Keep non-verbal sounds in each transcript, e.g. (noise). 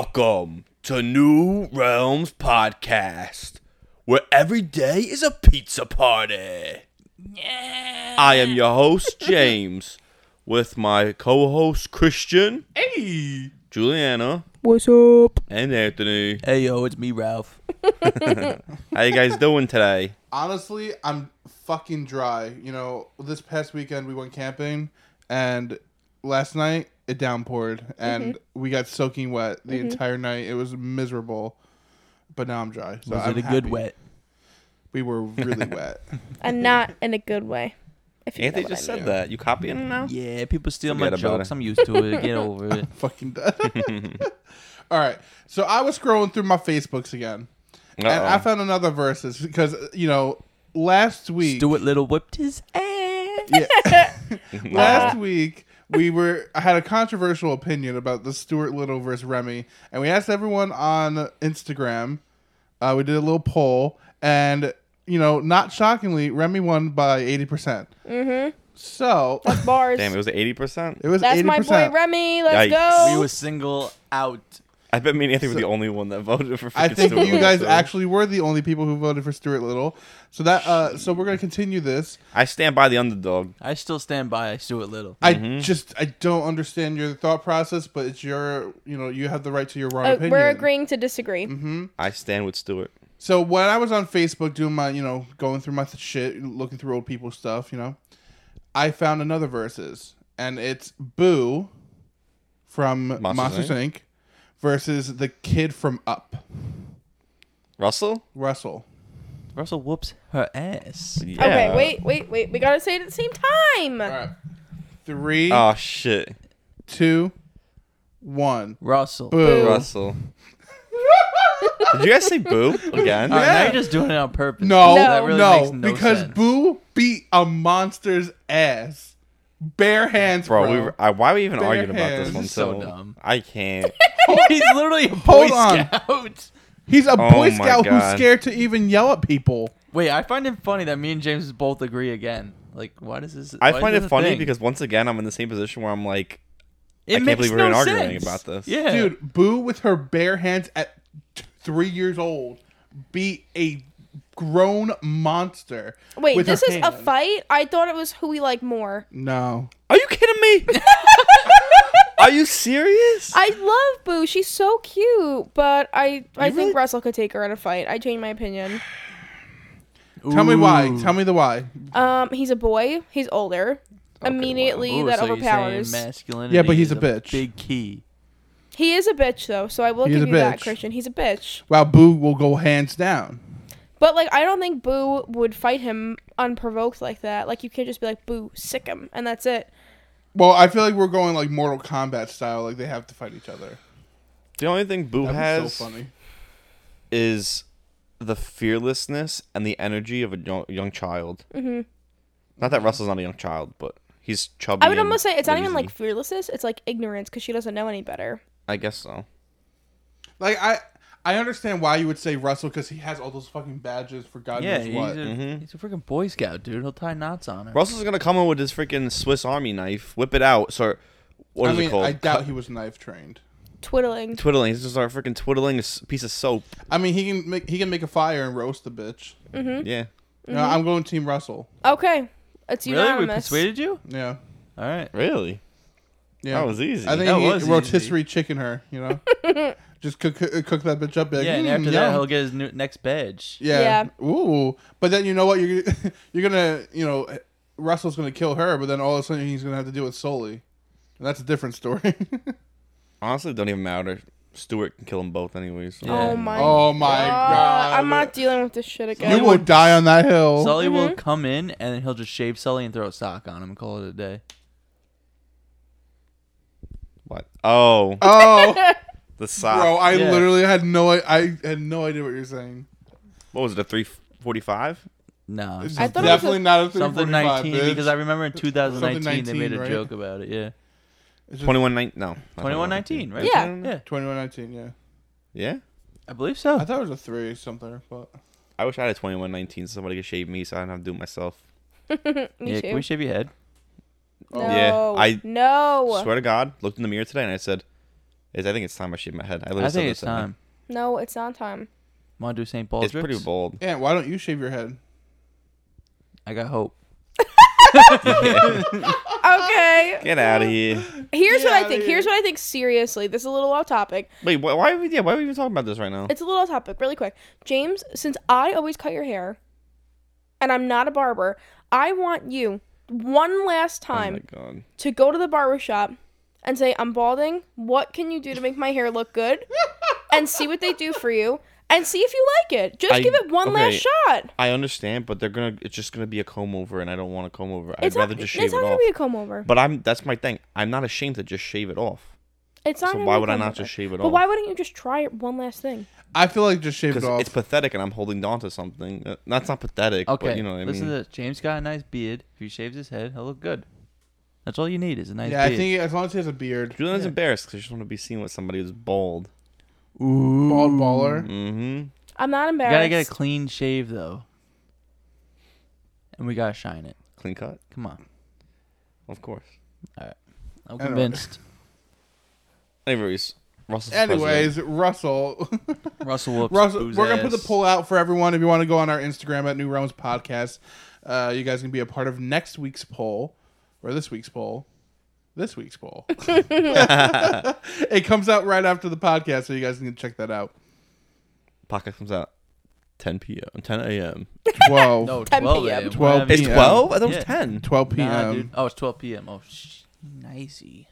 Welcome to New Realms Podcast, where every day is a pizza party. I am your host, (laughs) James, with my co host, Christian, Hey. Juliana, What's up? and Anthony. Hey yo, it's me, Ralph. (laughs) How you guys doing today? Honestly, I'm fucking dry. You know, this past weekend we went camping, and last night it downpoured, and we got soaking wet the entire night. It was miserable, but now I'm dry. So Was I'm it a happy. good wet? We (laughs) were really wet. and not in a good way. If you Anthony know what just I said mean. that. You copying him now? Yeah, people steal my Forget about jokes. it. I'm used to it. Get over it. fucking done. (laughs) All right, so I was scrolling through my Facebooks again, and I Uh-oh. found another verses because you know last week Stuart Little whipped his ass. Yeah. Last week we were I had a controversial opinion about the Stuart Little versus Remy, and we asked everyone on Instagram. Uh, we did a little poll, and you know, not shockingly, Remy won by eighty percent. Mm-hmm. So Bars. Damn, it was 80%? it was That's eighty my boy percent. Remy. Let's Yikes. We go. were single out. I bet me and Anthony were the only one that voted for I freaking think Stuart you guys Little. actually were the only people who voted for Stuart Little. So that uh, so we're gonna continue this. I stand by the underdog. I still stand by Stuart Little. I just I don't understand your thought process, but it's your you know you have the right to your wrong Uh, opinion. we're agreeing to disagree. Mm-hmm. I stand with Stuart. So when I was on Facebook doing my, you know, going through my th- shit, looking through old people stuff, you know, I found another verses, and it's Boo from Monsters, Monsters Inc. versus the kid from Up, Russell? Russell. Russell whoops her ass. Yeah. Okay, wait, wait, wait. We gotta say it at the same time. All right, three, Oh, shit. two, one. Russell. Boo. Boo. Russell. Did you guys say boo again? All right, now Yeah. you're just doing it on purpose. No. No, no, That really makes no because sense. Boo beat a monster's ass, bare hands, Bro, bro. we were, I, why are we even Bare arguing about this hands. one? This is so So dumb. I can't. (laughs) He's literally a boy Hold on. scout. (laughs) He's a Oh my boy scout who's God. scared to even yell at people. Wait, I find it funny that me and James both agree again. Like, why does this? I why is find this it a funny thing? because once again, I'm in the same position where I'm like, it can't makes believe we're no even arguing sense. about this. Yeah, Dude, Boo with her bare hands at t- three years old beat a grown monster. Wait, with this her is a hand. fight? I thought it was who we like more. No. Are you kidding me? (laughs) Are you serious? I love Boo. She's so cute, but I I You think really- Russell could take her in a fight. I changed my opinion. Tell me why. Ooh. Tell me the why. Um, he's a boy. He's older. Immediately, Ooh, that so you're saying overpowers. masculinity Yeah, but is he's a bitch. Big key. He is a bitch though, so I will He is give a you that, bitch. Christian. He's a bitch. Wow, Boo will go hands down. But like, I don't think Boo would fight him unprovoked like that. Like, you can't just be like, "Boo, sick him," and that's it. Well, I feel like we're going like Mortal Kombat style, like they have to fight each other. the only thing Boo That'd be has so funny. is the fearlessness and the energy of a young, young child. Mm-hmm. Not that Russell's not a young child, but he's chubby. I would and almost say it's not even lazy. like fearlessness; it's like ignorance because she doesn't know any better. I guess so. Like I I understand why you would say Russell because he has all those fucking badges for God Yeah, knows he's a, what. he's a freaking boy scout, dude. He'll tie knots on her. Russell's gonna come in with his freaking Swiss Army knife, whip it out, start. What I is mean, it called? I Cut- doubt he was knife trained. (laughs) Twiddling. twiddling. He's just start freaking twiddling a s- piece of soap. I mean, he can make he can make a fire and roast the bitch. Yeah. No, I'm going Team Russell. Mm-hmm. Okay, it's Really? We unanimous. persuaded you? Yeah. All right. Really? Yeah. That was easy. I think That he was rotisserie chicken her, you know? (laughs) Just cook, cook cook that bitch up big. Yeah, and after that, he'll get his new, next badge. yeah. Ooh. But then you know what? You're, (laughs) you're going to, you know, Russell's going to kill her, but then all of a sudden he's going to have to deal with Sully. And that's a different story. (laughs) Honestly, it don't even matter. Stewart can kill them both, anyways. so- Yeah. Oh my. oh my God. God. I'm not dealing with this shit again. You will die on that hill. Sully Mm-hmm. will come in and then he'll just shave Sully and throw a sock on him and call it a day. What? Oh, (laughs) Oh, the sock. bro! I Yeah. literally had no I, I had no idea what you're saying. What was it? A three forty-five? No. This I is thought it was definitely a- not a Something 19 bitch. because I remember in 2019 they made 19, a right? joke about it. Yeah. It's just Twenty-one nine? No. not 2119, right? Yeah. Yeah. 2119, yeah. Yeah. I believe I so. thought it was a three something, but I wish I had a twenty-one nineteen, so somebody could shave me, so I don't have to do it myself. (laughs) Me yeah, too. can we shave your head? no. Yeah, I- no. Oh, Swear to God, looked in the mirror today and I said, Is I think it's time I shaved my head. I, literally I said think this it's in there. time. No, it's not time. Want to do St. It's Baldrick's? pretty bold. Yeah, why don't you shave your head? I got hope. (laughs) Okay. Get out of here. Here's Get what I outta think. here. Here's what I think. Seriously, this is a little off topic. Wait, wh- why are we? Yeah, why are we even talking about this right now? It's a little off topic, really quick. James, since I always cut your hair, and I'm not a barber, I want you one last oh my time god. to go to the barber shop and say, "I'm balding. What can you do to make my hair (laughs) look good?" and see what they do for you, and see if you like it. Just I- give it one last okay. shot. I understand, but they're gonna. It's just gonna be a comb over, and I don't want a comb over. I'd It's rather not, just it's shave it not off. gonna be a comb over. but I'm. That's my thing. I'm not ashamed to just shave it off. It's not. So gonna why be a would I comb not over. just shave it But off? why wouldn't you just try it one last thing? I feel like just shave it Because off. it's pathetic, and I'm holding on to something. Uh, That's not pathetic. Okay. But you know what I Listen mean. to this. James got a nice beard. If he shaves his head, he'll look good. That's all you need is a nice yeah, I beard. think as long as he has a beard, Julian's embarrassed because she just want to be seen with somebody who's bald. bald baller. Mm-hmm. I'm not you embarrassed. gotta get a clean shave though, and we gotta shine it. Clean cut, Come on, of course. I'm don't- convinced. (laughs) Anyways, Russell's Anyways, Russell, (laughs) Russell whoops. Russell, Boo's we're gonna put the ass. poll out for everyone. If you want to go on our Instagram at New Realms Podcast, uh, you guys can be a part of next week's poll or this week's poll. This week's poll. (laughs) it comes out right after the podcast, so you guys can check that out. podcast comes out 10 p.m. 10 a.m. Twelve. No, 10 12 p.m. a.m. 12 Whatever. It's Yeah. 12. I thought it was Yeah. (laughs) 10. 12 p.m. Nah, dude. Oh, it's 12 p.m. Oh, sh- nicey.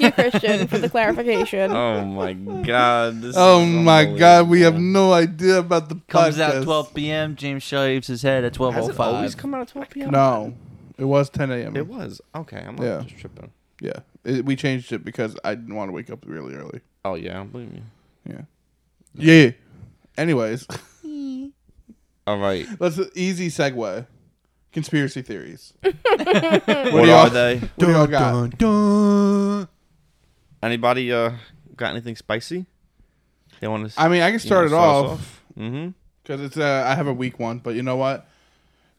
(laughs) you, Christian, for the clarification. Oh my god. This Oh is my god, we have unbelievable. no idea about the Comes out podcast. 12 p.m. James shaves his head at 12:05. Has it always come out at 12 p.m. No, it was 10 a.m. It was okay. I'm not Yeah. just tripping. Yeah, it, we changed it because I didn't want to wake up really early. Oh yeah, I don't believe you. Yeah. Yeah. Anyways, (laughs) All (laughs) right. let's easy segue. Conspiracy theories. What, do are y'all- they? What do y'all got? Anybody uh got anything spicy? They want to I mean, I can start it off Mm-hmm. because it's uh, I have a weak one, but you know what?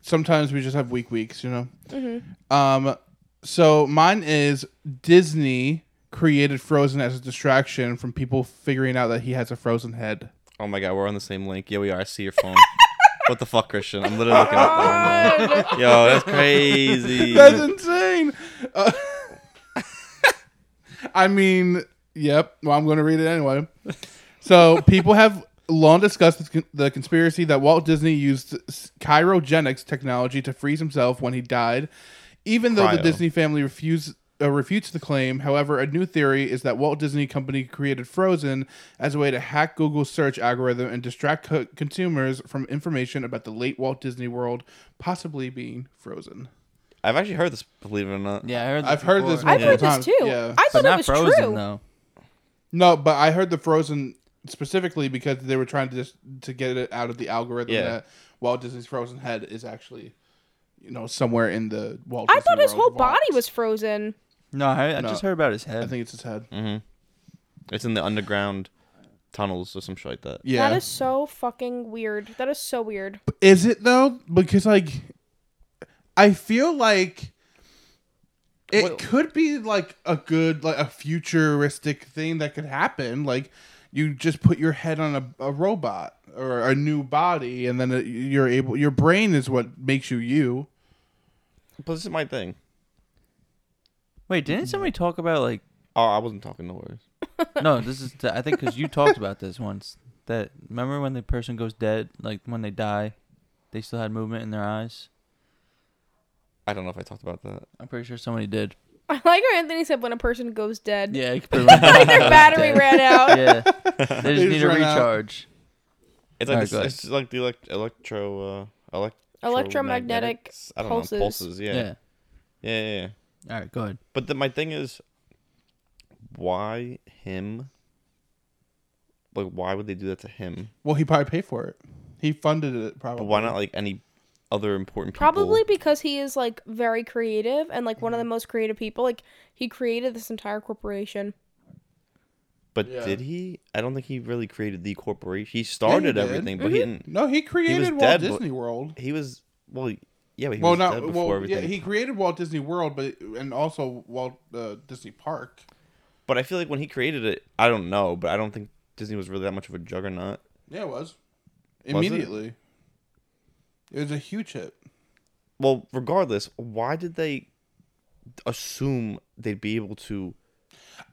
Sometimes we just have weak weeks, you know. Um, so mine is Disney created Frozen as a distraction from people figuring out that he has a frozen head. Oh my god, we're on the same link. Yeah, we are. I see your phone. (laughs) what the fuck, Christian? I'm literally looking at God. that. Yo, that's crazy. (laughs) That's insane. Uh, (laughs) I mean, yep. Well, I'm going to read it anyway. So, people have long discussed the con- the conspiracy that Walt Disney used s- cryogenics technology to freeze himself when he died, even though the Cryo. Disney family refused. Uh, refutes the claim. However, a new theory is that Walt Disney Company created Frozen as a way to hack Google's search algorithm and distract co- consumers from information about the late Walt Disney World possibly being frozen. I've actually heard this, believe it or not. Yeah, I heard. I've heard this before. I've heard Multiple this too. times, yeah. I but thought it not was frozen true. though. No, but I heard the Frozen specifically because they were trying to just to get it out of the algorithm Yeah. that Walt Disney's Frozen head is actually, you know, somewhere in the Walt. I Disney thought his World whole vault. body was frozen. No, I, heard, No. I just heard about his I head. think it's his head. It's in the underground tunnels or some shit like that. Yeah. That is so fucking weird. That is so weird. (laughs) Is it though? Because like, I feel like it Well- could be like a good, like a futuristic thing that could happen. Like you just put your head on a, a robot or a new body, and then it, you're able. Your brain is what makes you you. But this is my thing. Wait, didn't somebody talk about like? Oh, I wasn't talking. No worries. (laughs) No, this is. I think because you talked about this once. That remember when the person goes dead, like when they die, they still had movement in their eyes. I don't know if I talked about that. I'm pretty sure somebody did. I like how Anthony said when a person goes dead. Yeah, (laughs) you could pretty much- Like their battery ran out. (laughs) yeah, they just need a ran out. recharge. It's Alright, like this, go ahead. it's just like the elect- electro uh, elect- Electromagnetic electromagnetics- I don't pulses. know pulses. Yeah. Yeah. Yeah. yeah, yeah, All right, go ahead. But the, my thing is, why him? Like, why would they do that to him? Well, he probably paid for it. He funded it probably. But why not like any other important people? Probably because he is like very creative and like one of the most creative people. Like he created this entire corporation. But Yeah. did he? I don't think he really created the corporation. He started did. everything, but he Mm-hmm. didn't. No, he created Walt dead, but- Disney World. He was well, yeah. But he Well, was dead not before well. Yeah, everything. he created Walt Disney World, but and also Walt uh, Disney Park. But I feel like when he created it, I don't know, but I don't think Disney was really that much of a juggernaut. Yeah, it was. it? Immediately. it? was a huge hit. Well, regardless, why did they assume they'd be able to?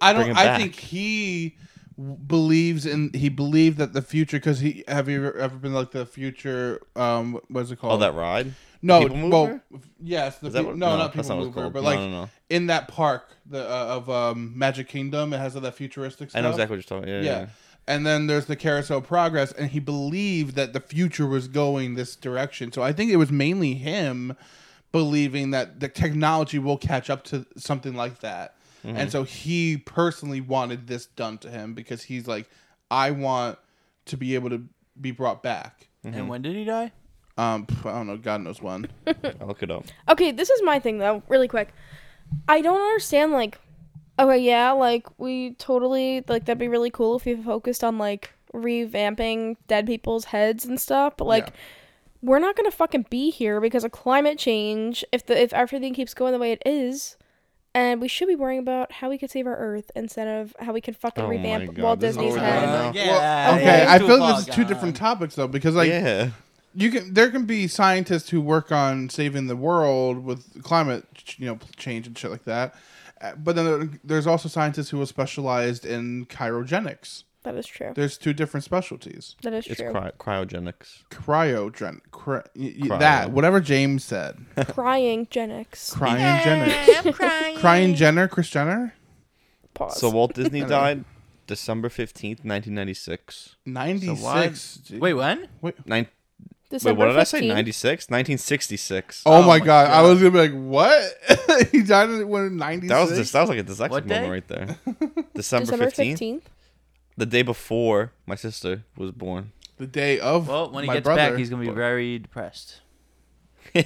I Bring don't. it I back. think he w- believes in. He believed that the future. Because he have you ever, ever been like the future? Um, what's it Oh, called? that ride. no. People Mover? well, yes. The Is that pe- what- no, no, not that's people not what it's mover, called. but No, like no, no. in that park the, uh, of um, Magic Kingdom, it has all that futuristic stuff. I know exactly what you're talking. Yeah, yeah. Yeah. And then there's the Carousel of Progress, and he believed that the future was going this direction. So I think it was mainly him believing that the technology will catch up to something like that. Mm-hmm. And so he personally wanted this done to him because he's like, I want to be able to be brought back. And when did he die? Um, pff, I don't know, God knows when. yeah. I'll look it up. Okay, this is my thing though, really quick. I don't understand like okay, yeah, like we totally like that'd be really cool if we focused on like revamping dead people's heads and stuff, but like Yeah. we're not gonna fucking be here because of climate change if the if everything keeps going the way it is. And we should be worrying about how we could save our Earth instead of how we could fucking Oh my revamp God, Walt this is Disney's always head. going (laughs) on. Well, okay, I feel like this is two different topics though because like yeah, you can there can be scientists who work on saving the world with climate ch- you know change and shit like that Uh, but then there- there's also scientists who are specialized in cryogenics That is true. there's two different specialties That is it's true. cry- cryogenics. cryogen cry, y- y- Cryo. that whatever james said (laughs) Crying genics. cryogenics crying jenner chris jenner Pause. So Walt Disney died December fifteenth, nineteen ninety six. 96 dude. Wait, when? Wait. Nine. Wait, December what did I say? 15th. Ninety six. Nineteen sixty six. Oh, Oh my my god. I was gonna be like, what? (laughs) he died in when ninety That was six. just, that was like a dyslexic What moment day? right there. (laughs) December December fifteenth, 15th. the day before my sister was born. the day of. Well, when he my gets brother. back, he's gonna be very depressed.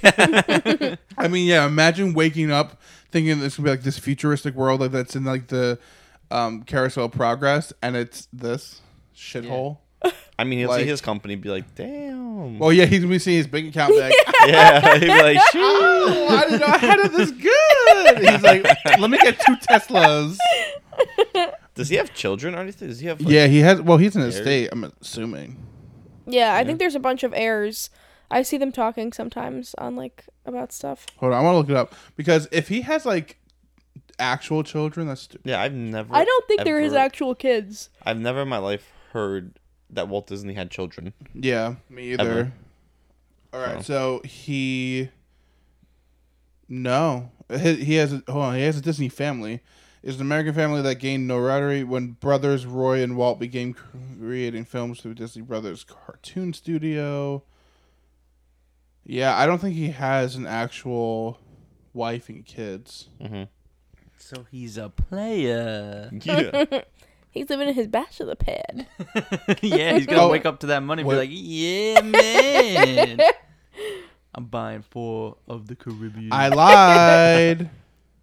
I mean, yeah, imagine waking up thinking this would be like this futuristic world like that's in like the um, carousel of progress and it's this shithole. I mean, he'll Like- see his company and be like, "Damn." Well, yeah, he's gonna be seeing his bank account be like, (laughs) yeah, he'd be (laughs) like, "Shoot." oh, I didn't know I had it this good. He's like, let me get two Teslas. Does he have children or anything? Does he have? Like, Yeah, he has. Well, he's in his There. state. I'm assuming. Yeah, I think there's a bunch of errors. I see them talking sometimes on like about stuff. Hold on, I want to look it up because if he has like actual children, that's stupid. Yeah, I've never. I don't think they're his ever- actual kids. I've never in my life heard that Walt Disney had children. (laughs) Yeah, me either. Ever. All right, so he. No, he, he has. A, hold on, he has a Disney family. Is an American family that gained notoriety when brothers Roy and Walt began creating films through Disney Brothers Cartoon Studio. Yeah, I don't think he has an actual wife and kids. So he's a player. Yeah. He's living in his bachelor pad. (laughs) yeah, he's gonna Oh. wake up to that money and Wait. be like, "Yeah, man, (laughs) I'm buying four of the Caribbean." I lied.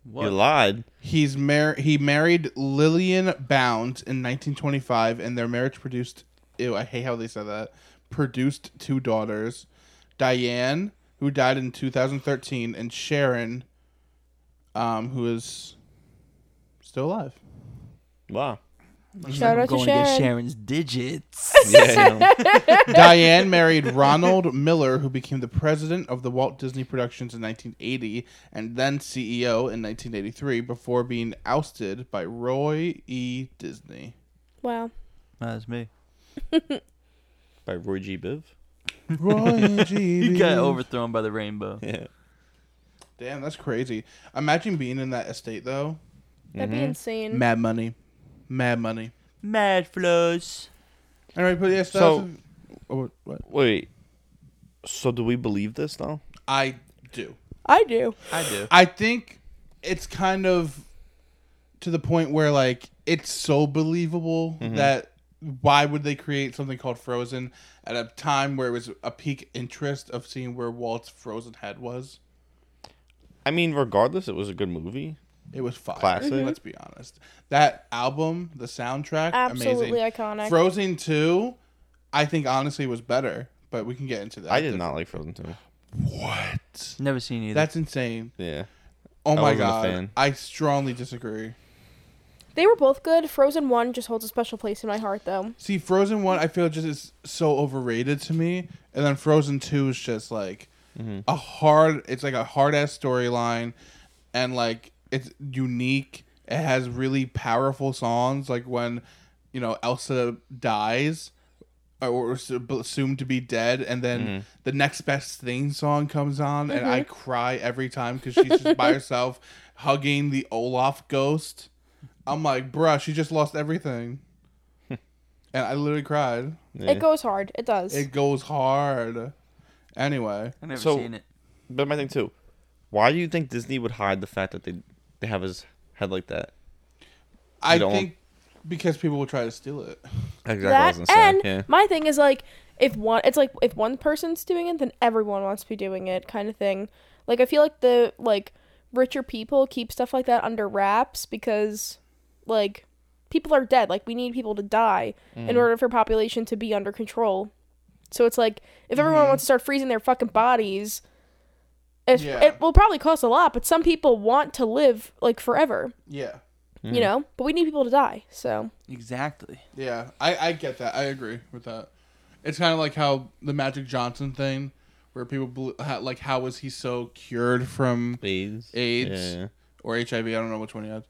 What? you lied. He's mar- he married Lillian Bounds in 1925, and their marriage produced. Ew, I hate how they said that. Produced two daughters, Diane, who died in 2013, and Sharon, um, who is still alive. Wow. Shout I'm out to going Sharon. get Sharon's digits. (laughs) Yeah. you know. Diane married Ronald Miller, who became the president of the Walt Disney Productions in 1980 and then CEO in 1983 before being ousted by Roy E. Disney. Wow. That's me. (laughs) By Roy G. Biv. Roy G. You got overthrown by the rainbow. Yeah. Damn, that's crazy. Imagine being in that estate though. That'd be insane. Mad money. Mad money. Mad flows. Anyway, but yeah, so, So- that's a- oh, what? Wait. So do we believe this though? I do. I do. I do. I think it's kind of to the point where like it's so believable that why would they create something called Frozen at a time where it was a peak interest of seeing where Walt's Frozen head was? I mean, regardless, it was a good movie. It was fire. Classic. Mm-hmm. Mhm. Let's be honest. That album, the soundtrack, amazing. Absolutely iconic. Frozen 2, I think honestly was better, but we can get into that. I did not like Frozen 2. What? Never seen either. That's insane. Yeah. Oh my wasn't a god. fan. I strongly disagree. They were both good. Frozen one just holds a special place in my heart, though. See, Frozen one, I feel just is so overrated to me, and then Frozen two is just like a hard. It's like a hard ass storyline, and like it's unique. It has really powerful songs, like when you know Elsa dies or- or is assumed to be dead, and then the next best thing song comes on, and I cry every time because she's just by herself hugging the Olaf ghost. I'm like, bruh, she just lost everything. And I literally cried. Yeah. It goes hard. It does. It goes hard. Anyway, I've never So- seen it. But my thing too, why do you think Disney would hide the fact that they they have his head like that? I don't- think because people will try to steal it. Exactly. that and yeah. my thing is like if one, it's like if one person's doing it, then everyone wants to be doing it, kind of thing. Like I feel like the like richer people keep stuff like that under wraps because like people are dead. Like we need people to die in order for population to be under control. So it's like if everyone wants to start freezing their fucking bodies, it, Yeah. it will probably cost a lot. But some people want to live like forever, Yeah. you know. But we need people to die. So Exactly. Yeah. I, I get that. I agree with that. It's kind of like how the Magic Johnson thing, where people, bel- ha- like, how was he so cured from AIDS. AIDS Yeah. or HIV? I don't know which one he had.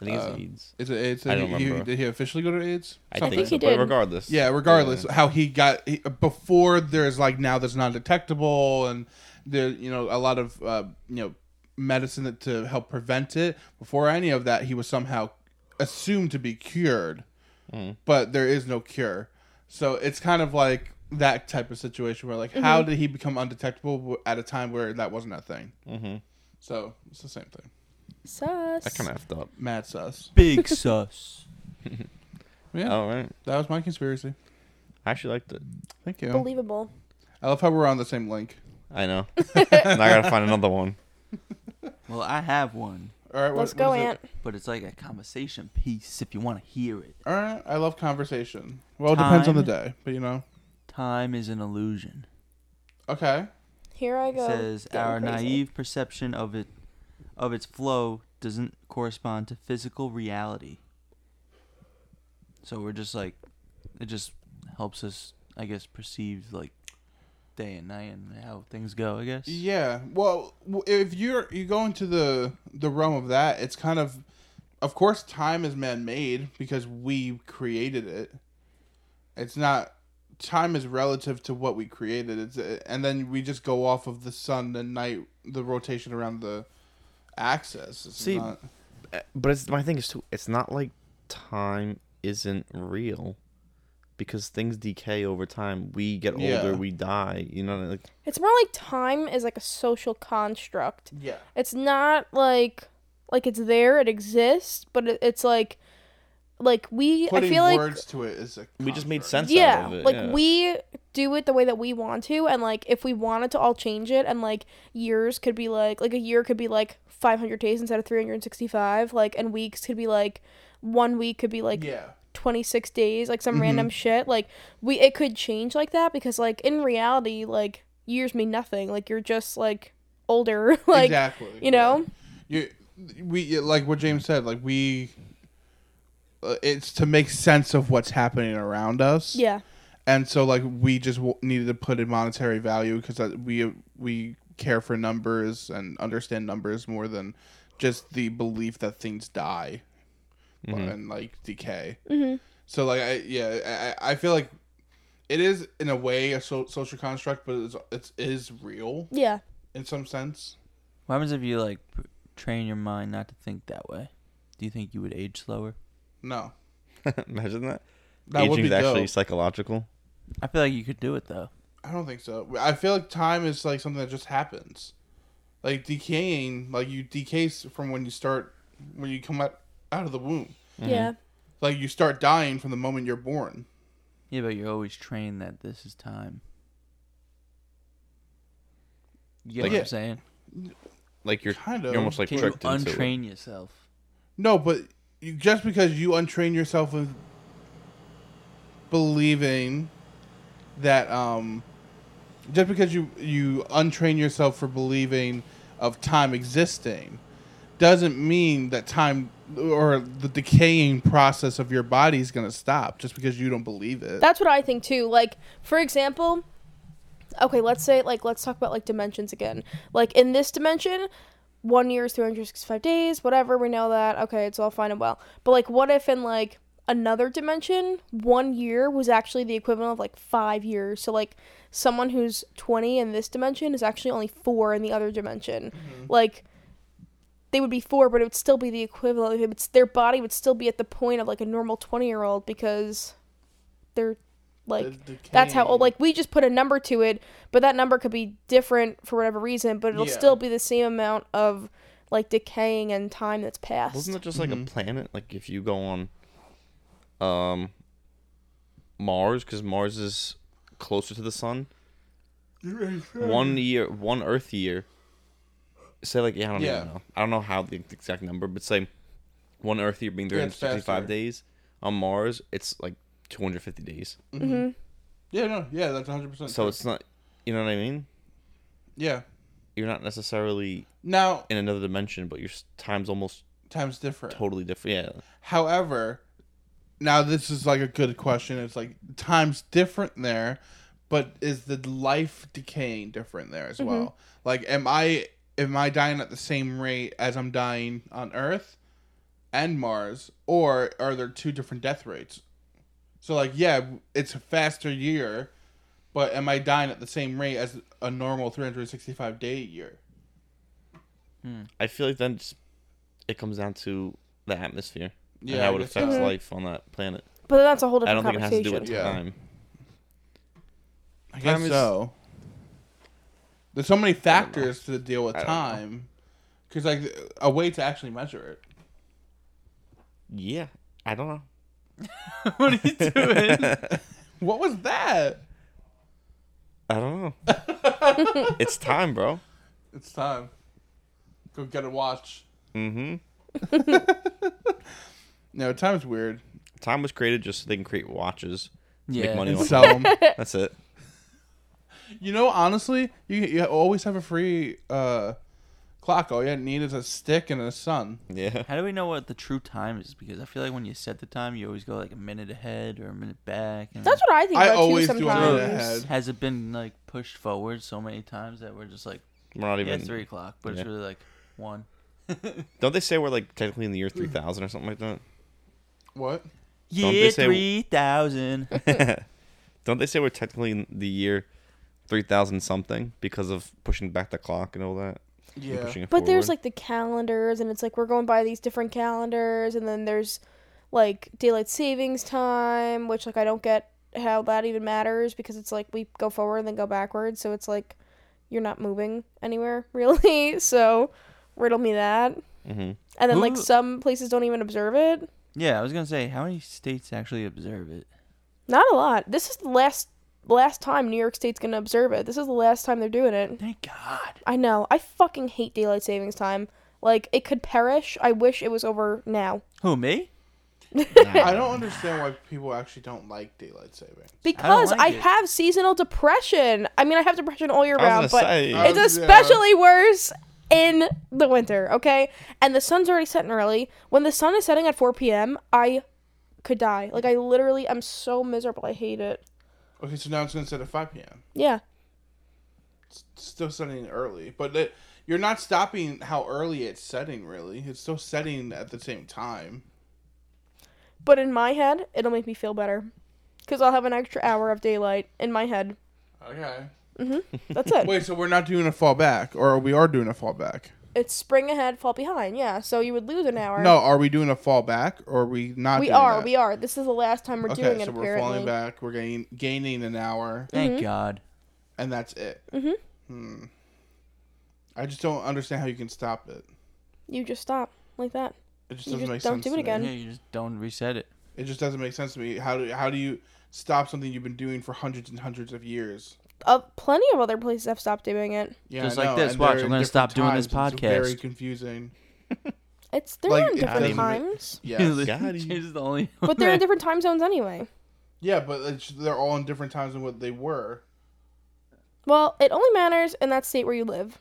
I think it's Uh, AIDS. Is it AIDS? I don't He- he- remember. did he officially go to AIDS? I Something. think, think he so. But did. regardless. Yeah, regardless how he got he, before there's like now there's non-detectable and there you know a lot of uh, you know medicine that, to help prevent it. Before any of that, he was somehow assumed to be cured, but there is no cure. So it's kind of like that type of situation where like how did he become undetectable w- at a time where that wasn't a thing? Mhm. So it's the same thing. sus. I kind of effed up. Mad sus. (laughs) Big sus. Yeah, All Oh, right. that was my conspiracy. I actually liked it. Thank you. believable. I love how we're on the same link. I (laughs) know. now I gotta find another one. Well, I have one, All right, what- Let's go, what is it? Ant. but it's like a conversation piece if you want to hear it. All right, I love conversation. Well, it depends on the day, but you know. Time is an illusion. Okay. Here I It go. says getting our crazy. naive perception of it of its flow doesn't correspond to physical reality. So we're just like it just helps us I guess perceive like day and night and how things go, I guess. Yeah. Well, w- if you're you go into the the realm of that, it's kind of, of course, time is man made because we created it. It's not. Time is relative to what we created. It's uh, and then we just go off of the sun and night, the rotation around the axis. It's See, not- Uh, But it's my thing is too. It's not like time isn't real, because things decay over time. We get older. Yeah. We die. You know, like It's more like time is like a social construct. yeah. It's not like like it's there, it exists, but it, it's like like we Putting I feel like words to it is a we just made construct. sense yeah, out of it. like yeah. we do it the way that we want to and like if we wanted to all change it and like years could be like like a year could be like 500 days instead of 365 like and weeks could be like one week could be like Yeah. 26 days like some random shit like we it could change like that because like in reality like years mean nothing like you're just like older (laughs) like exactly. you know you we like what James said like we uh, it's to make sense of what's happening around us yeah and so like we just w- needed to put in monetary value because we we care for numbers and understand numbers more than just the belief that things die and like decay Mm-hmm. so like I yeah I, I I feel like it is in a way a so, social construct but it's, it's it is real yeah in some sense What happens if you like p- train your mind not to think that way? Do you think you would age slower? no (laughs) Imagine that. that would Aging be is actually dope. psychological. I feel like you could do it though. I don't think so. I feel like time is like something that just happens. Like decaying, like you decay s- from when you start, when you come out, out of the womb. yeah Like you start dying from the moment you're born. Yeah, but you're always trained that this is time. You get Like- what Yeah. I'm saying? Like you're Kind of. you're almost like Can you tricked into it. untrain yourself? No, but you, just because you untrain yourself with believing that, um, just because you you untrain yourself for believing of time existing, doesn't mean that time or the decaying process of your body is going to stop just because you don't believe it. That's what I think too. Like, for example, okay, let's say like let's talk about like dimensions again. Like in this dimension, one year is 365 days, whatever, we know that. Okay, it's all fine and well. But like what if in like another dimension, one year was actually the equivalent of like 5 years. So like someone who's 20 in this dimension is actually only 4 in the other dimension. Like they would be 4, but it would still be the equivalent. It would, s- their body would still be at the point of like a normal 20-year-old because they're like that's how oh, old. Like we just put a number to it, but that number could be different for whatever reason, but it'll Yeah. still be the same amount of like decaying and time that's passed. Wasn't it just like Mm-hmm. a planet? Like if you go on um Mars, because Mars is closer to the sun. One Mm. year, one Earth year. Say like yeah, I don't Yeah. even know. I don't know how the the exact number, but say one Earth year being Yeah, it's 365 faster. days on Mars, it's like 250 days. Yeah, no, yeah, that's 100%. So it's not, you know what I mean? yeah. You're not necessarily Now, in another dimension, but your s- time's almost time's different. totally different. Yeah. However, now this is like a good question. It's like time's different there, but is the life decaying different there as well? Like, am I am I dying at the same rate as I'm dying on Earth and Mars, or are there two different death rates? So like, yeah, it's a faster year, but am I dying at the same rate as a normal 365 day year? I feel like then it's, it comes down to the atmosphere yeah, and Yeah, I how it guess affects so. life on that planet. but then that's a whole I different don't think it has to conversation. do with Yeah. time. I Time guess is- so. There's so many factors to deal with don't know. time, because like a way to actually measure it. Yeah, I don't know. (laughs) what are you (laughs) doing? What was that? I don't know. (laughs) it's time, bro. It's time. Go get a watch. Mm-hmm. No, time's weird. Time was created just so they can create (laughs) watches, Yeah. make money And off. sell (laughs) 'em. it. That's it. you know, honestly, you you always have a free uh, clock. All you need is a stick and a sun. Yeah. How do we know what the true time is? Because I feel like when you set the time, you always go like a minute ahead or a minute back. And That's what I think I about always too do a sometimes. minute ahead. has it been like pushed forward so many times that we're just like We're not yeah even. it's three o'clock, but yeah. it's really like one. Don't they say we're like technically in the year three thousand or something like that? What? Don't they Year say- three thousand. (laughs) (laughs) Don't they say we're technically in the year three thousand something because of pushing back the clock and all that? and Yeah. pushing it But there's forward? like the calendars, and it's like we're going by these different calendars, and then there's like daylight savings time, which like I don't get how that even matters because it's like we go forward and then go backwards, so it's like you're not moving anywhere (laughs) really. So riddle me that. Mhm. And then like Who- some places don't even observe it. Yeah, I was gonna say how many states actually observe it. Not a lot. This is the last last time New York State's gonna observe it. This is the last time they're doing it. Thank God. I know. I fucking hate daylight savings time. Like it could perish. I wish it was over now. Who me? I don't understand why people actually don't like daylight saving. Because I, like it. have seasonal depression. I mean, I have depression all year I round, was gonna but say. Uh, it's especially worse in the winter, okay? And the sun's already setting early. When the sun is setting at 4 p.m., I could die. Like, I literally am so miserable. I hate it. Okay, so now it's gonna set at five p.m. Yeah. still setting early, but it, you're not stopping how early it's setting. Really, it's still setting at the same time. But in my head, it'll make me feel better. Because I'll have an extra hour of daylight in my head. Okay. That's it. Wait, so we're not doing a fallback, or we are doing a fallback? it's spring ahead, fall behind. Yeah. So you would lose an hour. No, are we doing a fallback, or are we not? We doing are. that? We are. This is the last time we're Okay, doing it, so we're apparently. falling back. We're gain, gaining an hour, Thank Mm-hmm. God. and that's it. Mm-hmm. Hmm. I just don't understand how you can stop it. You just stop like that. It just You doesn't just make don't sense. do it to me. again. Yeah, you just don't reset it. It just doesn't make sense to me. How do how do you stop something you've been doing for hundreds and hundreds of years? Uh, plenty of other places have stopped doing it. Yeah, Just I like know, this. and Watch, they're I'm in gonna different stop doing this times, and it's Very podcast. confusing. (laughs) It's they're Like, in it different doesn't make- times, (laughs) Yeah, God, you- She's the only. (laughs) but (laughs) they're in different time zones anyway. yeah, but it's, they're all in different times than what they were. Well, it only matters in that state where you live.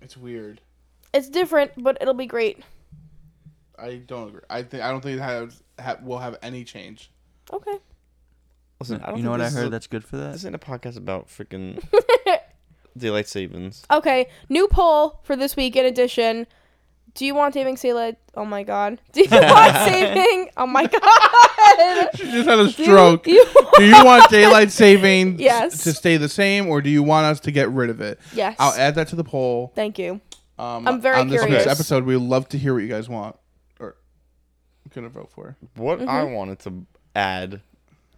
It's weird. It's different, but it'll be great. I don't agree. I think I don't think it has ha- will have any change. Okay. Listen, I don't you think know what I this is heard a- that's good for that? This ain't a podcast about (laughs) freaking daylight savings. Okay. New poll for this week in addition. Do you want saving daylight? Oh my god. (laughs) Do you (laughs) want saving? Oh my (laughs) god. (laughs) She just had a Do (laughs) stroke. you- do you want daylight saving (laughs) s- Yes. to stay the same, or do you want us to get rid of it? Yes. I'll add that to the poll. Thank you. Um, I'm very on this curious. week's episode. We'd love to hear what you guys want or gonna vote for. What I Mm-hmm. wanted to add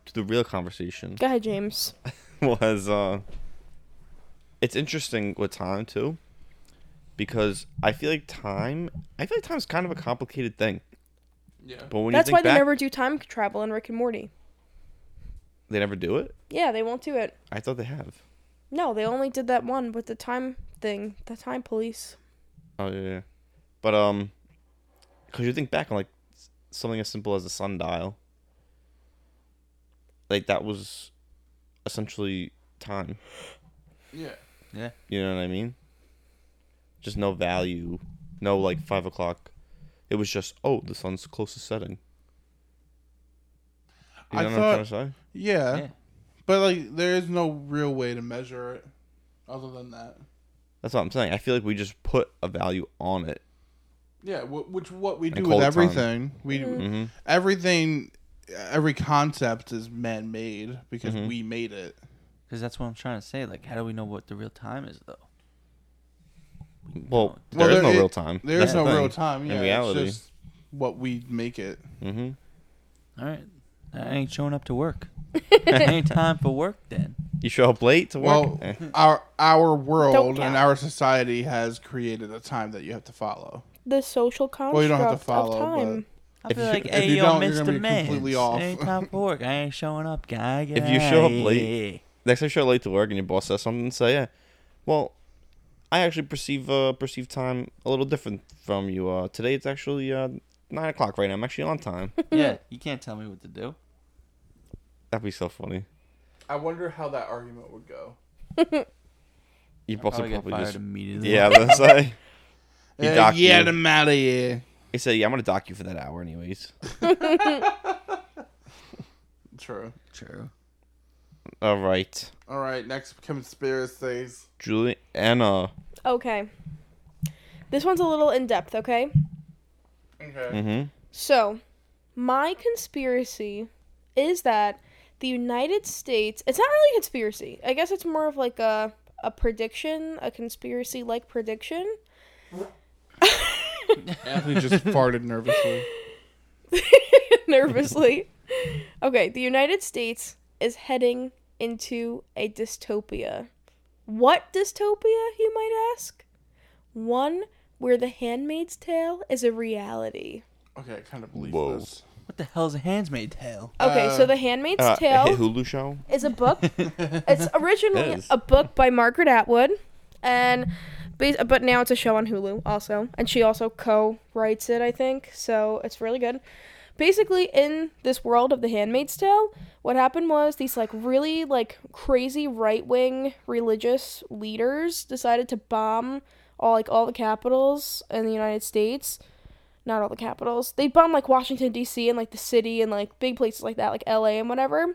to the real conversation Go ahead, James. (laughs) was uh it's interesting with time too because I feel like time I feel like time's kind of a complicated thing. Yeah. But when That's you why think they back, never do time travel in Rick and Morty. they never do it. Yeah, they won't do it. I thought they have. No, they only did that one with the time thing, the time police. Oh yeah, yeah. but um, cause you think back on like s- something as simple as a sundial, like that was essentially time. Yeah. Yeah. You know what I mean? Just no value, no like five o'clock. It was just oh the sun's closest setting. You know I what I'm thought- trying to say? Yeah. Yeah. But like, there is no real way to measure it, other than that. That's what I'm saying. I feel like we just put a value on it. Yeah, wh- which what we do call with it time. everything. We Mm-hmm. Mm-hmm. Mm-hmm. everything, every concept is man made because Mm-hmm. we made it. Because that's what I'm trying to say. Like, how do we know what the real time is, though? Well, Well, there is there no i- real time. There That's is the no thing. real time. Yeah, in reality. it's just what we make it. mm-hmm. All right. I ain't showing up to (laughs) work. ain't time for work then. You show up late to work. Well, Eh. our our Don't world count. and our society has created a time that you don't have to follow. The social construct Well, you don't have to of follow, but- time. I If feel you- like, if hey, you yo, don't, you're gonna Mr. be Man, completely off." ain't time for work. I ain't showing up, guy. Get If you show up outta late- here. next time you show up late to work and your boss says something, say, yeah, well, I actually perceive uh, perceive time a little different from you. Uh, today it's actually uh, nine o'clock right now. I'm actually on time. (laughs) (laughs) yeah, you can't tell me what to do. That'd be so funny. I wonder how that argument would go. Your I'll boss would get probably fired just immediately. yeah. That's (laughs) say He Yeah, docked Eh, get you. him out of here. he said, yeah, I'm gonna dock you for that hour anyways. True. True. All right, All right, next conspiracies. Juliana. Okay. This one's a little in depth, okay? Okay. Mm-hmm. So, my conspiracy is that the United States, it's not really a conspiracy. I guess it's more of like a a prediction, a conspiracy like prediction. (laughs) (laughs) Anthony just farted nervously. (laughs) nervously. Okay, the United States is heading into a dystopia. What dystopia, you might ask? One where The Handmaid's Tale is a reality. Okay, I kind of believe Whoa. this. What the hell's a handmaid tale? Okay, so Uh, The Handmaid's Uh, (laughs) hit Tale Hulu show. is (laughs) a book. it's originally It is. a book by Margaret Atwood, and ba- but now it's a show on Hulu also, and she also co-writes it, I think. So it's really good. Basically, in this world of The Handmaid's Tale, what happened was these like really like crazy right wing religious leaders decided to bomb all like all the capitals in the United States. Not all the capitals. They bombed like Washington D.C. and like the city and like big places like that, like L.A. and whatever.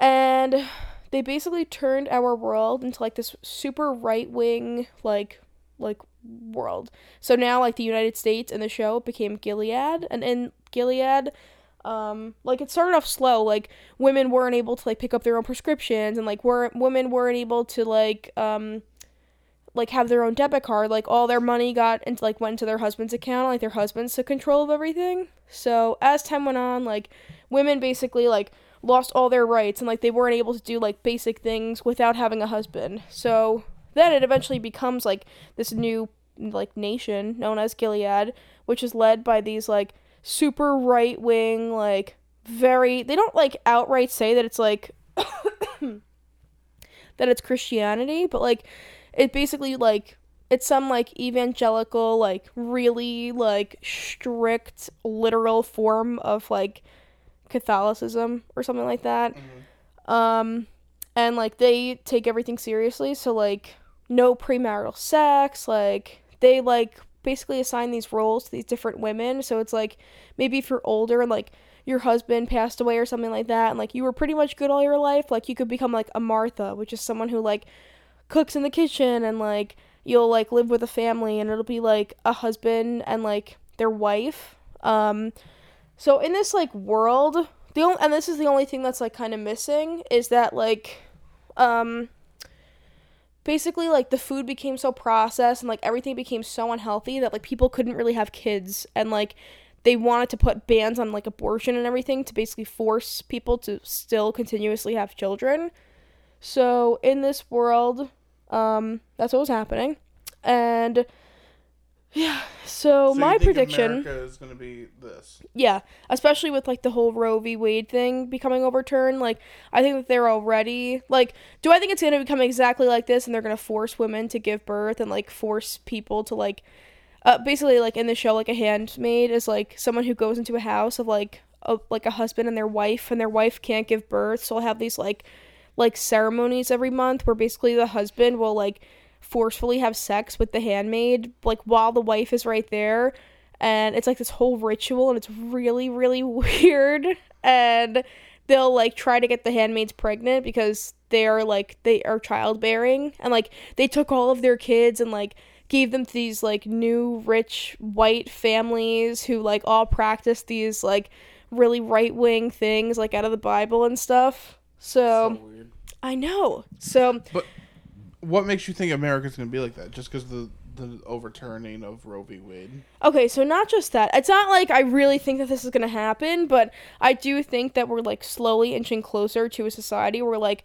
And they basically turned our world into like this super right wing like like world. So now like the United States and the show became Gilead and in Gilead um like it started off slow like women weren't able to like pick up their own prescriptions and like were women weren't able to like um like have their own debit card like all their money got into like went into their husband's account like their husband's took control of everything so as time went on like women basically like lost all their rights and like they weren't able to do like basic things without having a husband so then it eventually becomes like this new like nation known as gilead which is led by these like super right wing like very they don't like outright say that it's like (coughs) that it's Christianity, but like it basically like it's some like evangelical, like really like strict literal form of like Catholicism or something like that. Um and like they take everything seriously, so like no premarital sex, like they like basically assign these roles to these different women. So it's like maybe if you're older and like your husband passed away or something like that, and like you were pretty much good all your life, like you could become like a Martha, which is someone who like cooks in the kitchen and like you'll like live with a family and it'll be like a husband and like their wife. Um, so in this like world, the only and this is the only thing that's like kind of missing is that like, um, basically like the food became so processed and like everything became so unhealthy that like people couldn't really have kids and like they wanted to put bans on like abortion and everything to basically force people to still continuously have children. So in this world, um, that's what was happening, and yeah. So, So you my think prediction. America is going to be this. Yeah, especially with like the whole Roe v. Wade thing becoming overturned. Like, I think that they're already like, do I think it's gonna become exactly like this, and they're gonna force women to give birth and like force people to like, uh, basically like in the show, like a handmaid is like someone who goes into a house of like a like a husband and their wife, and their wife can't give birth, so they'll have these like like ceremonies every month where basically the husband will like forcefully have sex with the handmaid like while the wife is right there and it's like this whole ritual and it's really really (laughs) weird and they'll like try to get the handmaids pregnant because they are like they are childbearing and like they took all of their kids and like gave them to these like new rich white families who like all practice these like really right wing things like out of the bible and stuff so, i know so What makes you think America's going to be like that? Just because the the overturning of Roe v. Wade? Okay, so not just that. It's not like I really think that this is going to happen, but I do think that we're like slowly inching closer to a society where like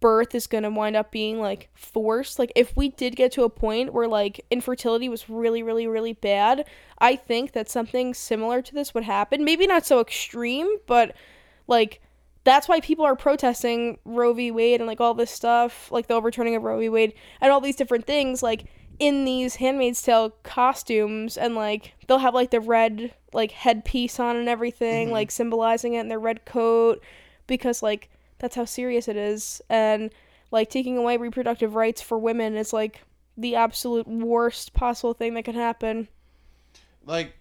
birth is going to wind up being like forced. Like if we did get to a point where like infertility was really really really bad, I think that something similar to this would happen. Maybe not so extreme, but like that's why people are protesting Roe v. Wade and like all this stuff, like the overturning of Roe v. Wade and all these different things, like in these Handmaid's Tale costumes, and like they'll have like the red like headpiece on and everything, Mm-hmm. like symbolizing it in their red coat, because like that's how serious it is, and like taking away reproductive rights for women is like the absolute worst possible thing that could happen. like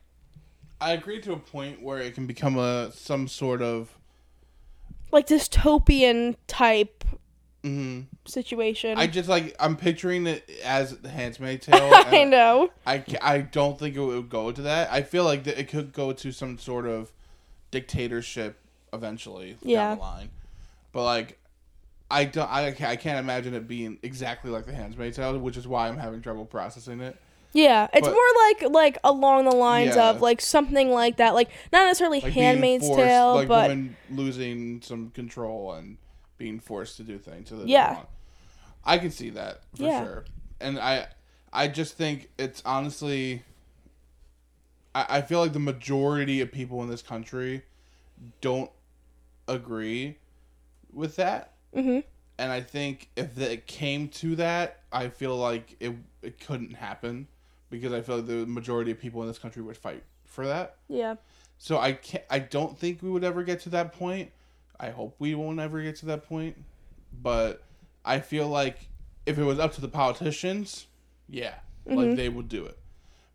I agree to a point where it can become a some sort of Like dystopian type mm, situation. I just like I'm picturing it as (laughs) the Handmaid's Tale. I and know. I ca- I don't think it would go to that. I feel like that it could go to some sort of dictatorship eventually Yeah. down the line. But like I don't I, ca- I can't imagine it being exactly like the Handmaid's Tale, which is why I'm having trouble processing it. Yeah, it's But- more like like along the lines Yeah. of like something like that, like not necessarily Like being Handmaid's forced- Tale, like but women losing some control and being forced to do things. That they Yeah. want. I can see that for Yeah. sure, and I, I just think it's honestly. I, I feel like the majority of people in this country don't agree with that, Mhm. and I think if it came to that, I feel like it it couldn't happen because I feel like the majority of people in this country would fight for that. yeah, So I can't. I don't think we would ever get to that point. I hope we won't ever get to that point. But I feel like if it was up to the politicians, yeah, Mm-hmm. like they would do it.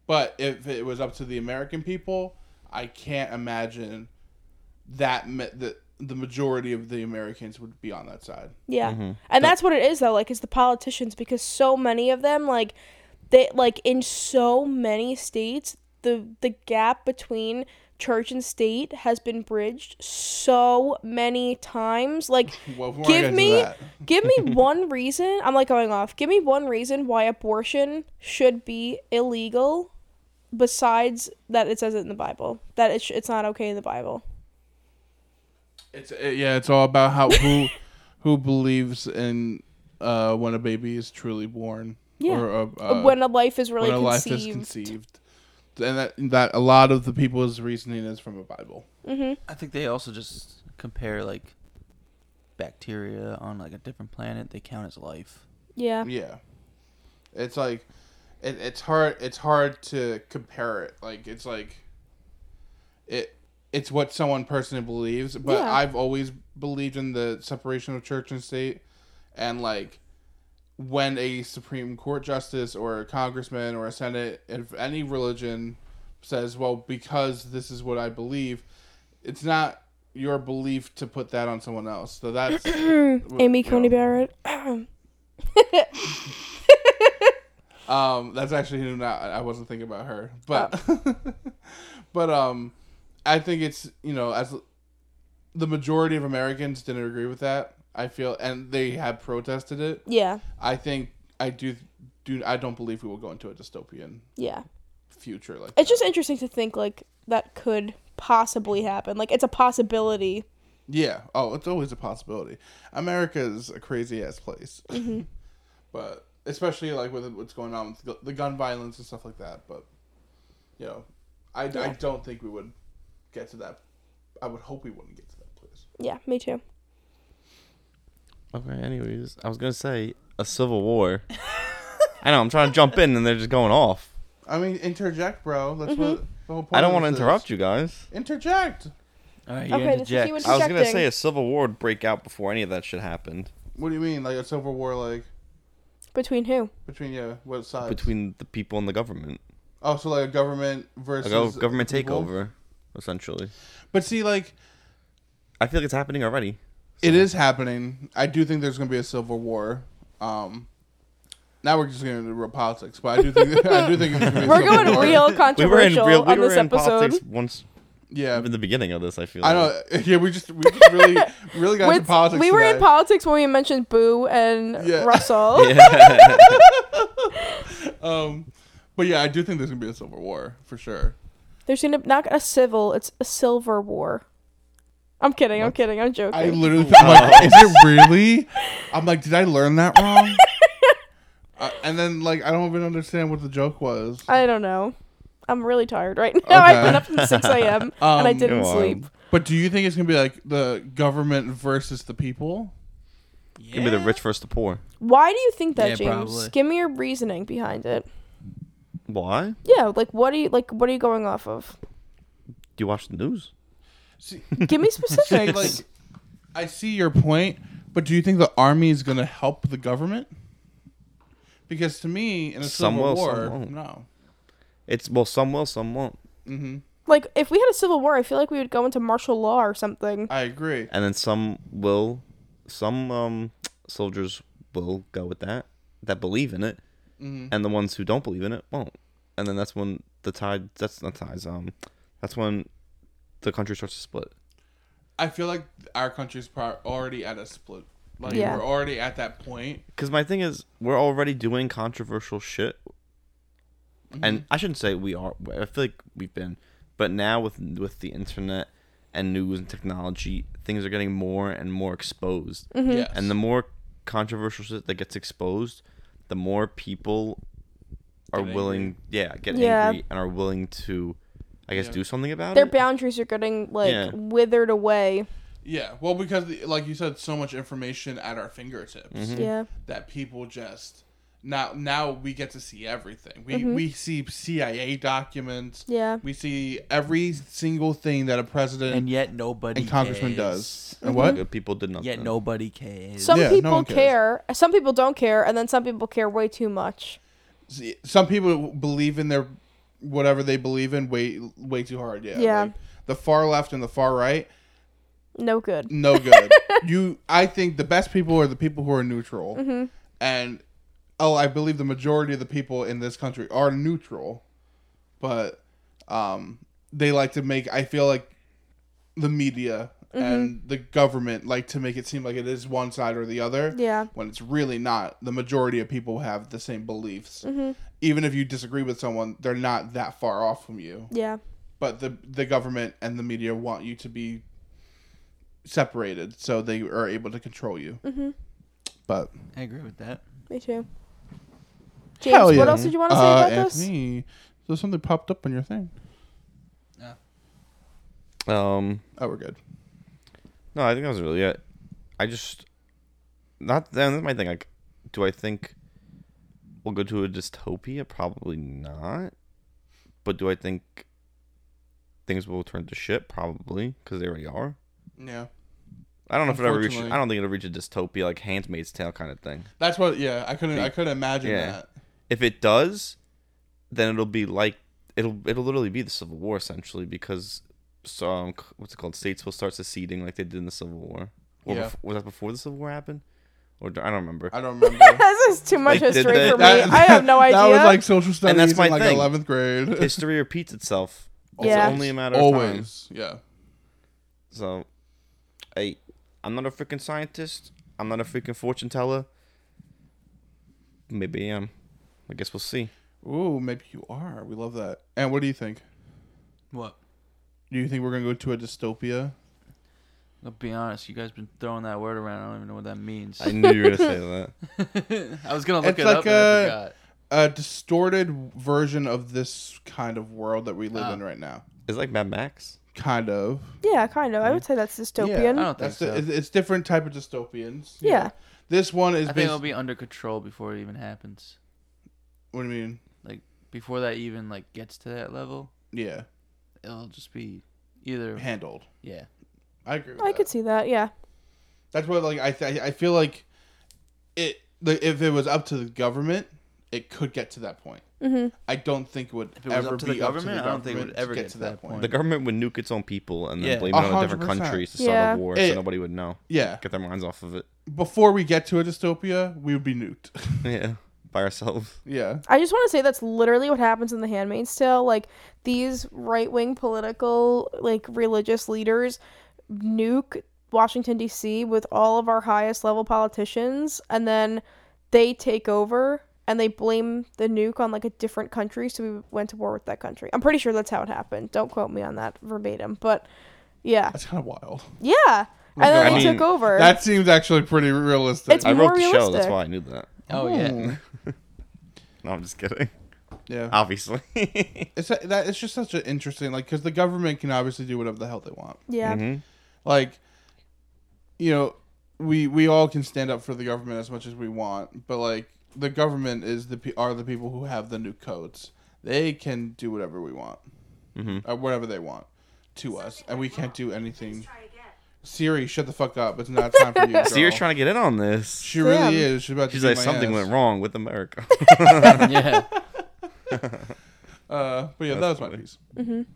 But if it was up to the American people, I can't imagine that ma- the the majority of the Americans would be on that side. yeah, and that's what it is though. Like, is the politicians because so many of them like they like in so many states the the gap between church and state has been bridged so many times. Like, Well, we're give gonna me do that. give (laughs) me one reason i'm like going off give me one reason why abortion should be illegal besides that it says it in the bible that it sh- it's not okay in the bible It's it, yeah. It's all about how (laughs) who who believes in uh, when a baby is truly born. Yeah. Or a, uh, when a life is really when a life is conceived conceived. And that, that a lot of the people's reasoning is from the Bible. Mm-hmm. I think they also just compare like bacteria on like a different planet. They count as life. yeah Yeah, it's like it, it's hard. It's hard to compare it. Like it's like it. It's what someone personally believes, but Yeah. I've always believed in the separation of church and state, and like when a Supreme Court justice or a congressman or a senate of any religion says, "Well, because this is what I believe," it's not your belief to put that on someone else. So (clears throat) that's (clears throat) Amy you Coney know, Barrett. (clears throat) Um, that's actually who not I wasn't thinking about her, but (laughs) but um, I think it's you know as the majority of Americans didn't agree with that. I feel and they have protested it. yeah, I think I do do I don't believe we will go into a dystopian yeah. future like It's just interesting to think like that could possibly happen. Like it's a possibility. yeah oh it's always a possibility. America is a crazy ass place, (laughs) but especially like with what's going on with the gun violence and stuff like that. But you know, I, I don't think we would get to that. I would hope we wouldn't get to that place. Yeah, me too. Okay. Anyways, I was gonna say a civil war. I know. I'm trying to jump in, and they're just going off. I mean, interject, bro. That's what the whole point. I don't want to interrupt you guys. you. Interject. All right, Okay, this is you I was gonna Interjecting. say a civil war would break out before any of that shit happened What do you mean, like a civil war, like Between (laughs) who? between yeah, what sides? between the people and the government. Oh, so like a government A versus go- government people? takeover, essentially. But see, like I feel like it's happening already. it is happening. I do think there's going to be a civil war. Um, now we're just going to real politics, but I do think I do think it's gonna be (laughs) a We're civil going war. real controversial on this episode. politics once Yeah, in the beginning of this. I feel. I like. know. (laughs) Yeah, we just we just really really got into With- politics. we were in today. politics when we mentioned Boo and (laughs) Yeah. Russell. (laughs) Um, but yeah, I do think there's going to be a civil war for sure. There's gonna not a civil, it's a silver war. I'm kidding, I'm kidding, I'm joking. I literally thought, like, is it really? I'm like, did I learn that (laughs) wrong? Uh, and then like I don't even understand what the joke was. I don't know. I'm really tired right (laughs) now. I've Okay. been up since 6 a.m. and I (laughs) Um, didn't Go on. sleep. But do you think it's gonna be like the government versus the people? It's gonna be the rich versus the poor. Why do you think that, Yeah, James? probably. Give me your reasoning behind it. Why? Do Yeah, like what are you like? What are you going off of? you watch the news? See, Give me say, specifics. like, I see your point, but do you think the army is gonna help the government? Because to me, in a Some civil will, war, some won't. no. It's well, some will, some won't, like if we had a civil war, I feel like we would go into martial law or something. I agree. and then some will. Some um, soldiers will go with that that believe in it, and the ones who don't believe in it won't. And then that's when the tide. That's not tides. Um, that's when the country starts to split. I feel like our country's pro- already at a split. Like Yeah. we're already at that point. Because my thing is, we're already doing controversial shit, and I shouldn't say we are. I feel like we've been, but now with with the internet and news and technology, things are getting more and more exposed. Yes. And the more controversial shit that gets exposed, the more people are Get willing, yeah, get Yeah. angry and are willing to, I guess, Yeah. do something about Their it. boundaries are getting like e- Yeah. withered away. yeah, well, because like you said, so much information at our fingertips. Mm-hmm. Yeah. that people just now now we get to see everything. We we see CIA documents. Yeah. We see every single thing that a president And and, yet nobody cares. congressman does. And what? Good people did nothing. Yet nobody cares. Some Yeah, no people one cares. care. Some people don't care, and then some people care way too much. See, Some people believe in their whatever they believe in way way too hard. Yeah. Yeah. like, the far left and the far right, No good. no good. you I think the best people are the people who are neutral. And oh, I believe the majority of the people in this country are neutral. But um, they like to make I feel like the media and the government like to make it seem like it is one side or the other. Yeah. When it's really not. The majority of people have the same beliefs. Mm-hmm. Even if you disagree with someone, they're not that far off from you. Yeah. But the the government and the media want you to be separated, so they are able to control you. Mm-hmm. But I agree with that. Me too. James, Hell what yeah. else did you want to say Uh, about this? Anthony, So something popped up on your thing. Uh, Um. Oh, we're good. No, I think that was really it. I just not then that's my thing. Like, do I think we'll go to a dystopia? Probably not. But do I think things will turn to shit? Probably because they already are. Yeah. I don't know if it ever reached. Unfortunately. I don't think it'll reach a dystopia like Handmaid's Tale kind of thing. That's what. Yeah, I couldn't. I couldn't imagine Yeah. that. If it does, then it'll be like it'll it'll literally be the Civil War essentially because so um, c- what's it called? States will start seceding like they did in the Civil War. Or Yeah. bef- was that before the Civil War happened? Or d- I don't remember. I (laughs) (laughs) don't remember. (laughs) this is too much Like, did history they- for (laughs) me. That- I have no idea. That was like social studies And that's my in like thing. eleventh grade. History repeats itself. It's Yeah. only a matter of time. Always. Yeah. So, I, I'm not a freaking scientist. I'm not a freaking fortune teller. Maybe I am. I guess we'll see. Ooh, maybe you are. We love that. And what do you think? What? Do you think we're gonna go to a dystopia? I'll be honest. You guys been throwing that word around. I don't even know what that means. I knew you were gonna say that. (laughs) I was gonna look It's it up. like and a- uh, I forgot. A distorted version of this kind of world that we live Ah. in right now. It's like Mad Max. Kind of. yeah, kind of. I would say that's dystopian. I don't think That's so. the, it's- it's different type of dystopians. Yeah. This one is I think based. it'll be under control before it even happens. what do you mean? Like before that even like gets to that level, Yeah. it'll just be either Handled. yeah. I agree. With I that. could see that. Yeah. That's what like I th- I feel like it like, if it was up to the government, it could get to that point. Mm-hmm. I don't think it would it was ever up to be the up to the government, government. I don't think it would ever get, to that, point. The government would nuke its own people and then Yeah. blame it on a different 100%. country to start Yeah. a war, It- so nobody would know. Yeah. Get their minds off of it. Before we get to a dystopia, we would be nuked. (laughs) Yeah, by ourselves. yeah. I just want to say that's literally what happens in The Handmaid's Tale. Like these right wing political, like religious leaders nuke Washington D.C. with all of our highest level politicians, and then they take over and they blame the nuke on like a different country. So we went to war with that country. I'm pretty sure that's how it happened. Don't quote me on that verbatim, but yeah, That's kind of wild. yeah. And I then they mean, took over. That seems actually pretty realistic. It's I more wrote the show. That's realistic. why I knew that. Oh yeah. Hmm. No, I'm just kidding. (laughs) Yeah. (laughs) Obviously. It's a- that it's just such an interesting like cuz the government can obviously do whatever the hell they want. yeah, like you know we we all can stand up for the government as much as we want but like the government is the pe- are the people who have the new codes they can do whatever we want Mhm. or whatever they want to us and we can't do anything siri shut the fuck up it's not time for you girl. Siri's trying to get in on this. she really Damn. is she's about to She's beat like, my something ass." went wrong with America. (laughs) yeah. uh but yeah that That's was my funny. piece Who's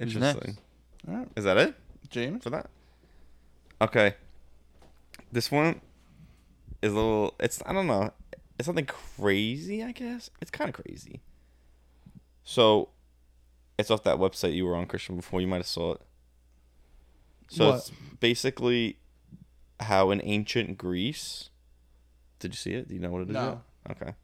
Interesting. all right Is that it? james for that. Okay. This one is a little. It's I don't know. It's something crazy. I guess it's kind of crazy. So, it's off that website you were on, Christian. Before you might have saw it. So What? it's basically how in ancient Greece. Did you see it? Do you know what it is? No. yet? Okay.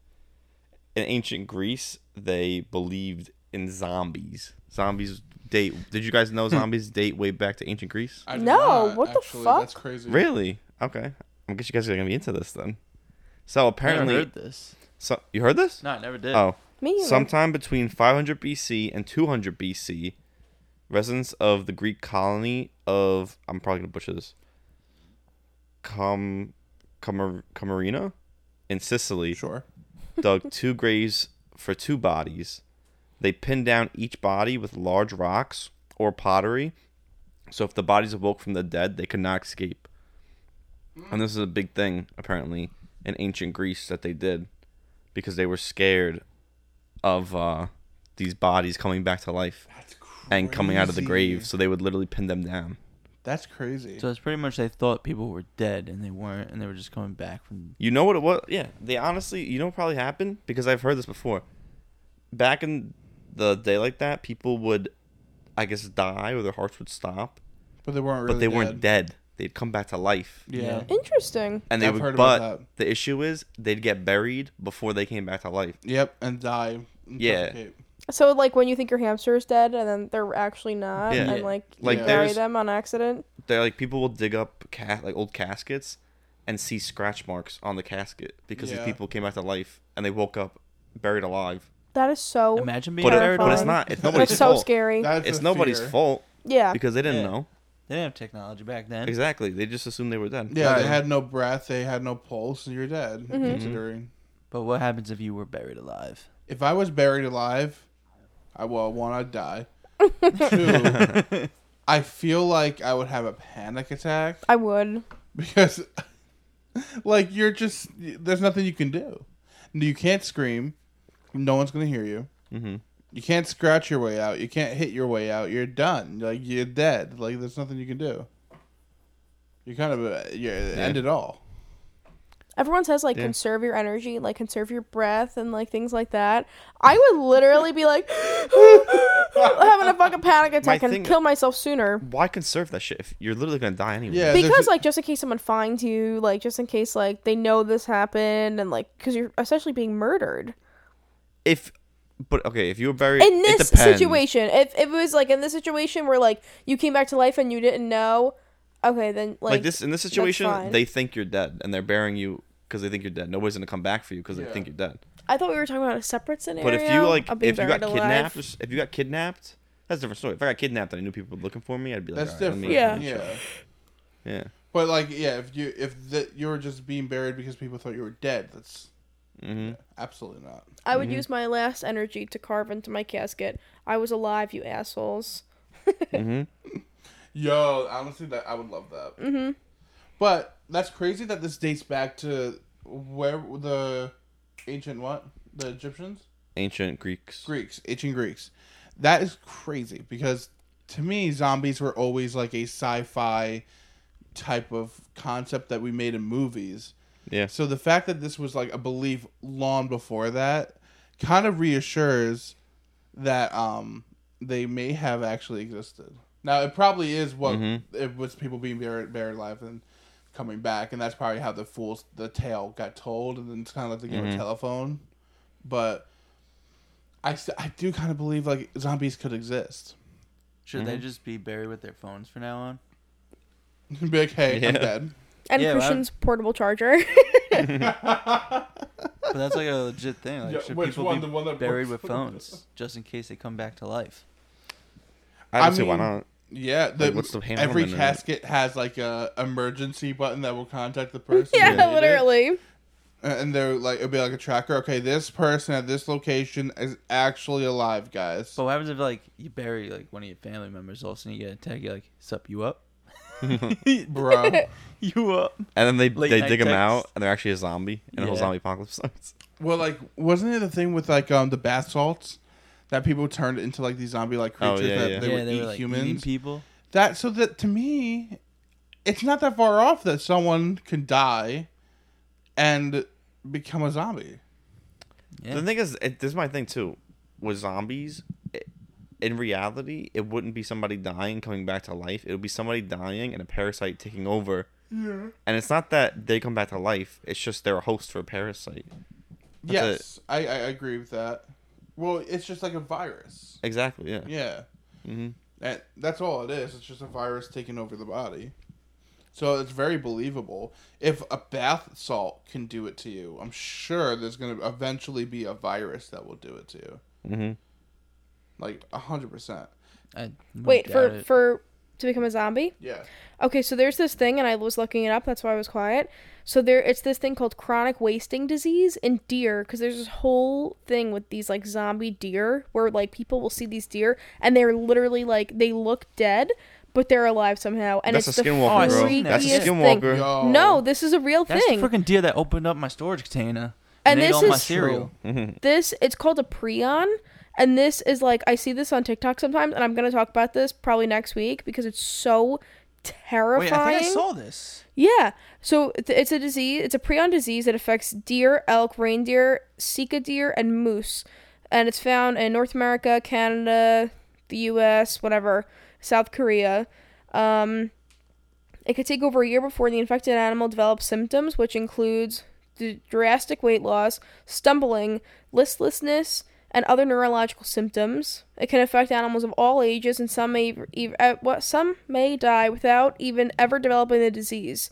In ancient Greece, they believed in zombies. Zombies date. Did you guys (clears throat) know zombies date way back to ancient Greece? I did No, what the fuck? that's crazy Really? Okay. I guess you guys are gonna be into this then. So (laughs) apparently, I never heard this. so you heard this? No, I never did. Oh, me. either. sometime between 500 BC and 200 BC, residents of the Greek colony of I'm probably gonna butcher this. Com, Comer, Comerina, in Sicily, sure dug two graves for two bodies. They pinned down each body with large rocks or pottery, so if the bodies awoke from the dead, they could not escape. And this is a big thing, apparently, in ancient Greece that they did because they were scared of uh, these bodies coming back to life that's crazy. and coming out of the grave. So they would literally pin them down. that's crazy So it's pretty much they thought people were dead and they weren't, and they were just coming back from. You know what it was? Yeah, they honestly, you know, what probably happened because I've heard this before. Back in the day, like that, people would, I guess, die or their hearts would stop, but they weren't really but they weren't dead. They'd come back to life, yeah Interesting. and they I've would. heard but about that. the issue is they'd get buried before they came back to life. Yep, and die. and Yeah. suffocate. So like when you think your hamster is dead and then they're actually not, Yeah. and like, Like, you bury there's- them on accident. They're like people will dig up ca- like old caskets, and see scratch marks on the casket because Yeah. these people came back to life and they woke up buried alive. That is so. Imagine being But, it, buried. but it's Terrifying. not. It's nobody's That's so fault. scary. That's It's a nobody's fear. fault yeah. because they didn't Yeah. know. They didn't have technology back then. Exactly. They just assumed they were dead. Yeah, they Right. had no breath, they had no pulse, and you're dead. Mm-hmm. Mm-hmm. Considering But what happens if you were buried alive? (laughs) (laughs) if I was buried alive, I well, one, I'd die. Two, I feel like I would have a panic attack I would. (laughs) because, like, you're just there's nothing you can do. You can't scream. No one's gonna hear you. Mm-hmm. You can't scratch your way out. You can't hit your way out. You're done. Like you're dead. Like there's nothing you can do. You kind of uh, you end it all. Everyone says like Yeah. conserve your energy, like conserve your breath, and like things like that. I would literally be like (laughs) having a fucking panic attack and thing- kill myself sooner. Why conserve that shit if you're literally gonna die anyway? Yeah, there's Because a- like just in case someone finds you, like just in case like they know this happened, and like because you're essentially being murdered. If, but okay, if you were buried in this it depends. situation if, if it was like in this situation where like you came back to life and you didn't know okay then like, like, this in this that's situation, fine. they think you're dead and they're burying you because they think you're dead. Nobody's gonna come back for you because Yeah. they think you're dead. i thought we were talking about a separate scenario But if you like, of being if you got buried alive. kidnapped, or s- if you got kidnapped, that's a different story. If I got kidnapped and I knew people were looking for me, I'd be like, that's "All right, let different. me- Yeah. yeah. yeah. But like, yeah, if you if the, you were just being buried because people thought you were dead, that's Mhm. absolutely not. i mm-hmm. would use my last energy to carve into my casket i was alive you assholes Yo, honestly, that I would love that. Mm-hmm. But that's crazy that this dates back to where the ancient what the Egyptians, Ancient Greeks. Greeks, ancient Greeks. That is crazy because to me, zombies were always like a sci-fi type of concept that we made in movies. Yeah. So the fact that this was like a belief long before that kind of reassures that um they may have actually existed. Now it probably is what it was people being buried, buried alive and coming back, and that's probably how the fool's the tale got told, and then it's kind of like the game of telephone. But I s- I do kind of believe like zombies could exist. (laughs) Should they Mm-hmm. just be buried with their phones from now on? Be like, hey, Yeah. I'm dead. and Yeah, well, christian's portable charger (laughs) But that's like a legit thing. Like, Yeah, should which people one? be The one that buried with works? phones just in case they come back to life? I I don't see why mean- not. Yeah, the, Like, what's the hand every woman in it? casket has like a emergency button that will contact the person. yeah, that did it. literally and they're like it'll be like a tracker. Okay, this person at this location is actually alive, guys. (laughs) But what happens if like you bury like one of your family members, all of a sudden you get a tag, you're like, "Sup, you (laughs) up? (laughs) Bro, You up?" And then they Late they night dig them out, text. and they're actually a zombie, and the whole Yeah. zombie apocalypse (laughs) starts. well, like wasn't it the thing with like um the bath salts that people turned into like these zombie like Oh, creatures yeah, that yeah. they would eat eating humans? people. That so that to me, it's not that far off that someone can die and become a zombie. Yeah. The thing is, it, this is my thing too. With zombies, i in reality, it wouldn't be somebody dying coming back to life. It would be somebody dying and a parasite taking over. Yeah. And it's not that they come back to life. It's just they're a host for a parasite. Yes, I, I agree with that. Well, it's just like a virus. Exactly. Yeah. Yeah. hmm That that's all it is. It's just a virus taking over the body. So it's very believable. If a bath salt can do it to you, I'm sure there's going to eventually be a virus that will do it to you. hmm Like a hundred percent. I wouldn't wait for doubt it. for to become a zombie Yeah. Okay, so there's this thing, and I was looking it up. That's why I was quiet. So there, it's this thing called chronic wasting disease in deer, because there's this whole thing with these like zombie deer, where like people will see these deer, and they're literally like they look dead, but they're alive somehow, and That's it's a the skinwalker, bro. freakiest That's a thing. skinwalker. Yo. No, this is a real that's thing. the freaking deer that opened up my storage container And and, ate this all my is- cereal. mm-hmm. this it's called a prion and this is like i see this on tiktok sometimes and i'm gonna talk about this probably next week because it's so Wait, terrifying I think I saw this. Yeah. So th- it's a disease. It's a prion disease that affects deer, elk, reindeer, sika deer, and moose, and it's found in North America, Canada, the U.S., whatever, South Korea. Um, it could take over a year before the infected animal develops symptoms, which includes d- drastic weight loss, stumbling, listlessness, and other neurological symptoms. It can affect animals of all ages, and some may ev- uh, what some may die without even ever developing the disease.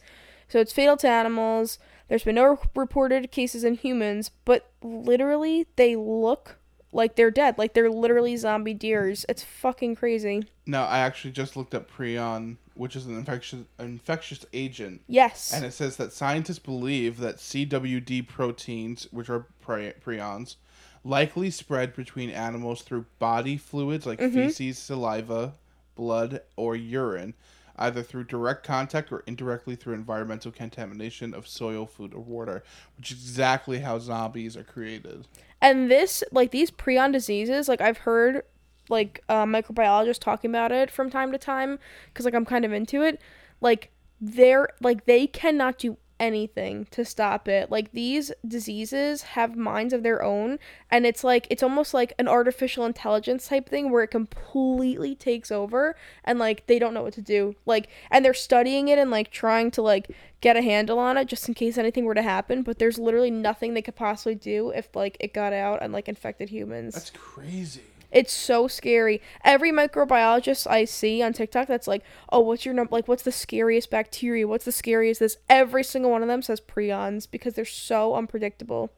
So it's fatal to animals. There's been no reported cases in humans, but literally they look like they're dead, like they're literally zombie deers. It's fucking crazy. Now I actually just looked up prion, which is an infectious infectious agent, Yes. and it says that scientists believe that CWD proteins, which are pri- prions, likely spread between animals through body fluids like feces, saliva, blood, or urine, either through direct contact or indirectly through environmental contamination of soil, food, or water, which is exactly how zombies are created. And this, like these prion diseases, like I've heard, like uh, microbiologists talking about it from time to time, because like I'm kind of into it. Like they're like they cannot do anything to stop it. Like these diseases have minds of their own, and it's like it's almost like an artificial intelligence type thing where it completely takes over, and like they don't know what to do. Like and they're studying it and like trying to like get a handle on it just in case anything were to happen. But there's literally nothing they could possibly do if like it got out and like infected humans. That's crazy. It's so scary. Every microbiologist I see on TikTok that's like, "Oh, what's your number? Like, what's the scariest bacteria? What's the scariest this?" Every single one of them says prions because they're so unpredictable.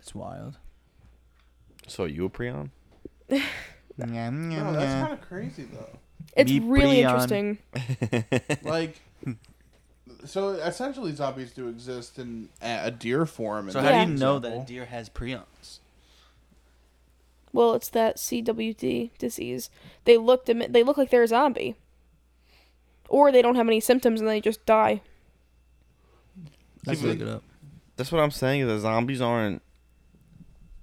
It's wild. So you a prion? (laughs) Nyam, No, nyam, that's nyam. kind of crazy though. It's Me really prion. interesting. Like, (laughs) so essentially, zombies do exist in a a deer form. So and how Yeah. do you know that a example. deer has prions? Well, it's that CWD disease. They look dem- they look like they're a zombie, or they don't have any symptoms and they just die. Let's People- look it up. That's what I'm saying. Is that zombies aren't.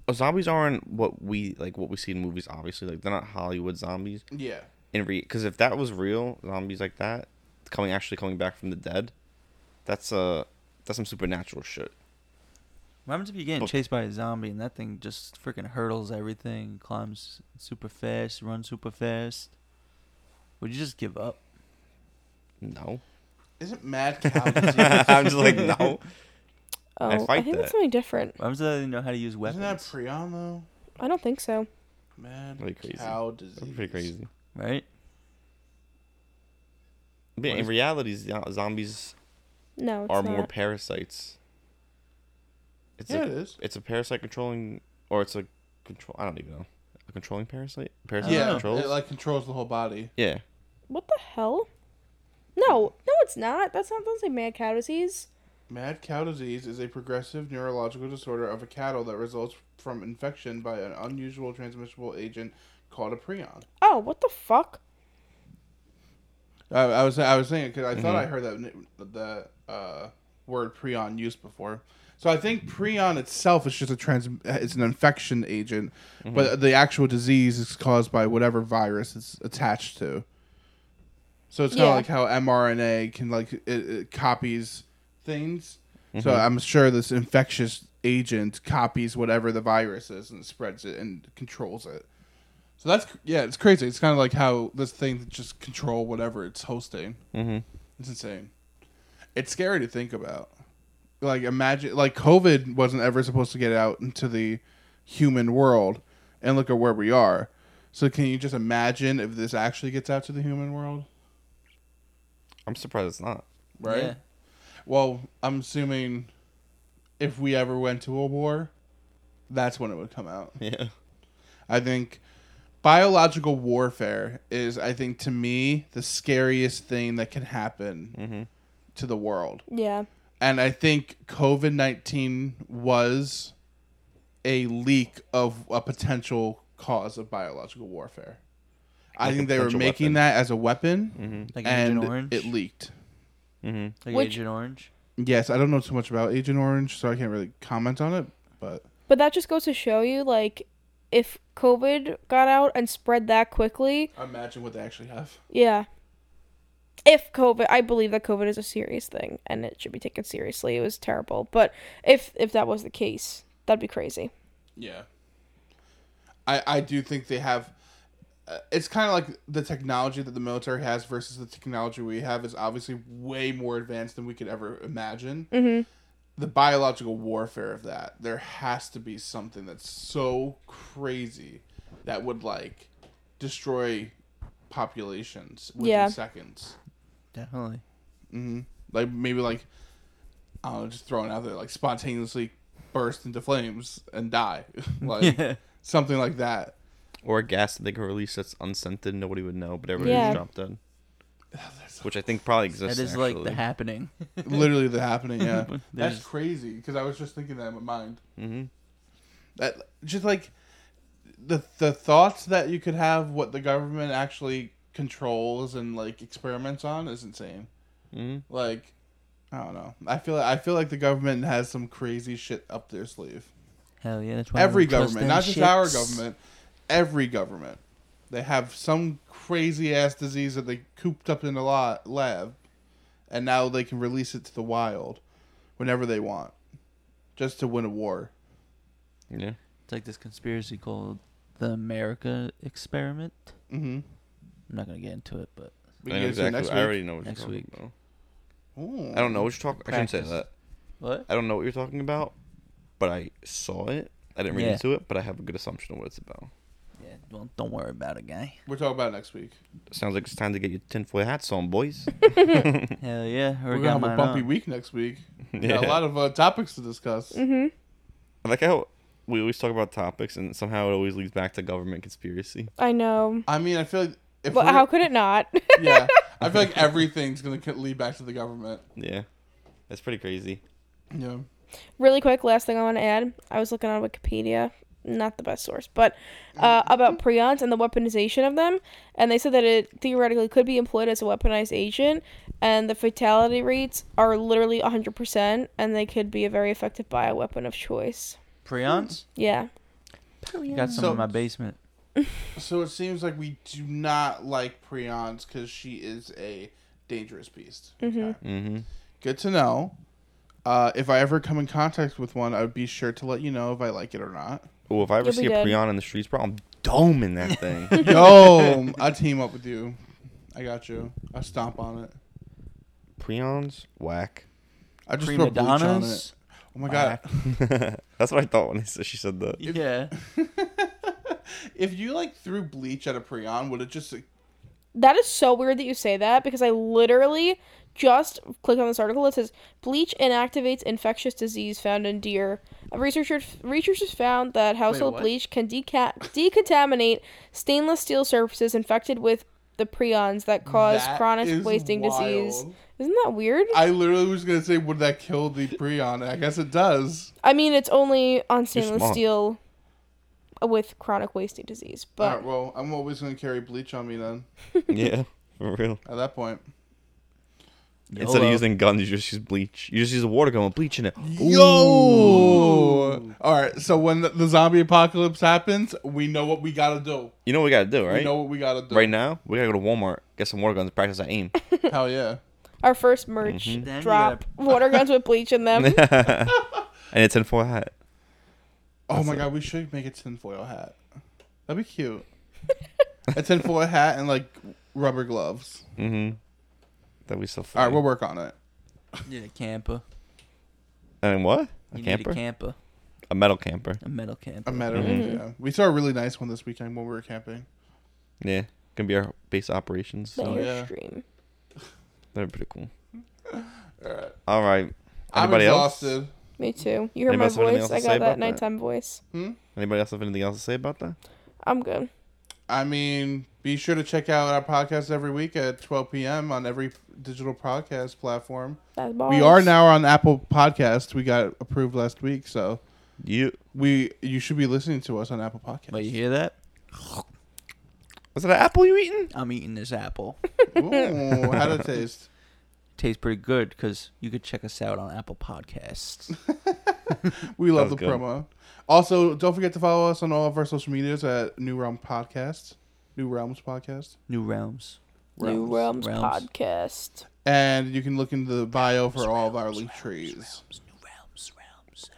uh, Zombies aren't what we like. What we see in movies, obviously, like they're not Hollywood zombies. Yeah. In re, because if that was real, zombies like that, coming actually coming back from the dead, that's uh that's some supernatural shit. What happens if you getting But- chased by a zombie and that thing just freaking hurdles everything, climbs super fast, runs super fast? Would you just give up? No, (laughs) Isn't mad (laughs) cow disease? I'm just like no. Oh, I I, fight think that. that's something different. What happens if they know how to use weapons? Isn't that prion though? I don't think so. Mad Pretty crazy. cow disease. That's pretty crazy. right? But What in is- reality, zo- zombies No, it's are not. more parasites. It's a, Yeah, it is. It's a parasite controlling, or it's a control. I don't even know. A controlling parasite. Parasite that Yeah, controls. it like controls the whole body. yeah. What the hell? No, no, it's not. That's not. Don't say mad cow disease. Mad cow disease is a progressive neurological disorder of a cattle that results from infection by an unusual transmissible agent called a prion. Oh, what the fuck? I, Uh, I was I was saying because I thought I heard that n- the uh, word prion used before. So I think prion itself is just a trans it's an infection agent, but the actual disease is caused by whatever virus it's attached to. So it's kind Yeah. of like how mRNA can like it, it copies things. So I'm sure this infectious agent copies whatever the virus is and spreads it and controls it. So that's yeah, it's crazy. It's kind of like how this thing that just control whatever it's hosting. Mhm. It's insane. It's scary to think about. Like imagine like COVID wasn't ever supposed to get out into the human world, and look at where we are. So can you just imagine if this actually gets out to the human world? I'm surprised it's not. (laughs) Right. Yeah. Well, I'm assuming if we ever went to a war, that's when it would come out. Yeah. I think biological warfare is, I think, to me, the scariest thing that can happen to the world. Yeah. And I think COVID 19 was a leak of a potential cause of biological warfare. I Like a think they were potential making weapon. that as a weapon, Mm-hmm. Like and Agent Orange? it leaked. Mm-hmm. like Which- Agent Orange? Yes, I don't know too much about Agent Orange, so I can't really comment on it. But But that just goes to show you, like, if COVID got out and spread that quickly, imagine what they actually have. yeah. If COVID, I believe that COVID is a serious thing and it should be taken seriously. It was terrible, but if if that was the case, that'd be crazy. Yeah. I I do think they have. Uh, it's kind of like the technology that the military has versus the technology we have is obviously way more advanced than we could ever imagine. The biological warfare of that, there has to be something that's so crazy that would like destroy populations within Yeah. seconds. (laughs) Mm-hmm. Definitely. Like maybe like I don't know, just throwing out there like spontaneously burst into flames and die, (laughs) (laughs) like Yeah. something like that. Or a gas that they could release that's unscented, nobody would know, but everybody Yeah. would drop (sighs) dead. Which I think probably exists. That is like the actually. (laughs) happening. literally the happening yeah that's There's- crazy because i was just thinking that in my mind mm-hmm. that just like the the thoughts that you could have what the government actually controls and like experiments on is insane. Mm-hmm. Like, I don't know. I feel I feel like the government has some crazy shit up their sleeve. Hell yeah, that's why I Every don't trust government, them not just our shits. government, every government, they have some crazy ass disease that they cooped up in a la lab, and now they can release it to the wild whenever they want, just to win a war. Yeah. It's like this conspiracy called the America Experiment. Mm-hmm. I'm not gonna get into it, but We I can know get to it exactly. next I week. already know what Next you're talking week. about. Ooh. I don't know what you're talking. I shouldn't Practice. say that. what? I don't know what you're talking about, but I saw it. I didn't read Yeah. into it, but I have a good assumption of what it's about. Yeah, well, don't worry about it, (laughs) guy. We're talking about it next week. Sounds like it's time to get your tinfoil hats on, boys. Hell yeah, We're already gonna got have a mine bumpy on. week next week. We Yeah. Got a lot of uh, topics to discuss. I like how we always talk about topics, and somehow it always leads back to government conspiracy. I know. I mean, I feel like if But we're- how could it not? yeah, I feel like everything's gonna co- lead back to the government. Yeah, that's pretty crazy. Yeah. really quick, last thing I want to add. I was looking on Wikipedia, not the best source, but uh, about prions and the weaponization of them, and they said that it theoretically could be employed as a weaponized agent, and the fatality rates are literally 100%, and they could be a very effective bioweapon of choice. Prions? Yeah. You got some So- in my basement. So it seems like we do not like Prions because she is a dangerous beast. Okay. Mm-hmm. Good to know. Uh, if I ever come in contact with one, I would be sure to let you know if I like it or not. Well, if I ever You'll be see a good. prion in the streets, bro, I'm doming that thing. (laughs) (laughs) Yo, I team up with you. I got you. I stomp on it. Prions, whack. (laughs) I just Prima throw bleach on it. donnas? Oh my god! that's what I thought when I said she said (laughs) that. Yeah. If you like threw bleach at a prion, would it just like, That is so weird that you say that because I literally just clicked on this article. It says bleach inactivates infectious disease found in deer. A researcher researchers found that household what? bleach can deca- decontaminate stainless steel surfaces infected with the prions that cause That chronic is wasting disease. wild. Isn't that weird? I, I literally was gonna say, would that kill the prion? I guess it does. mean, it's only on stainless smart. steel uh, with chronic wasting disease, All but right, well, I'm always gonna carry bleach on me then. yeah, (laughs) for real. At that point, Instead uh, YOLO. of using guns, you just use bleach. You just use the water gun with bleach in it. yo. All right, so when the, the zombie apocalypse happens, we know what we gotta do. You know what we gotta do, right? We know what we gotta do. Right now, we gotta go to Walmart, get some water guns, practice our (laughs) aim. (laughs) Hell yeah. our first merch Mm-hmm. Then you drop water guns with bleach in (laughs) them. and a tinfoil hat. Oh my god, we should make a tinfoil hat. That'd be cute. a tinfoil hat and like rubber gloves. Mm-hmm. That'd be so All funny. right, we'll work on it. You need a camper. and what? A You camper? need a camper. a metal camper. A metal camper. A metal. Mm-hmm. Yeah. We saw a really nice one this weekend when we were camping. Yeah. Gonna be our base operations. The So Oh, yeah. Airstream. that'd be pretty cool. (laughs) All right. All right. I'm Anybody else? exhausted. Me too. You heard Anybody my else have anything else voice. I to say got that about that? nighttime voice. Anybody else have anything else to say about that? I'm good. I mean, be sure to check out our podcast every week at 12 p.m. on every digital podcast platform. That's balls. We are now on Apple Podcast. We got approved last week, so You we you should be listening to us on Apple Podcast. But you hear that? was it an apple you eating? I'm eating this apple. Ooh, how to taste? Tastes pretty good because you could check us out on Apple (laughs) Podcasts. We love the That was good. promo. Also, don't forget to follow us on all of our social medias at New Realm Podcast, New Realms Podcast, New Realms. New Realms, Realms. podcast. and you can look into the bio for all of our link trees. New Realms. Realms.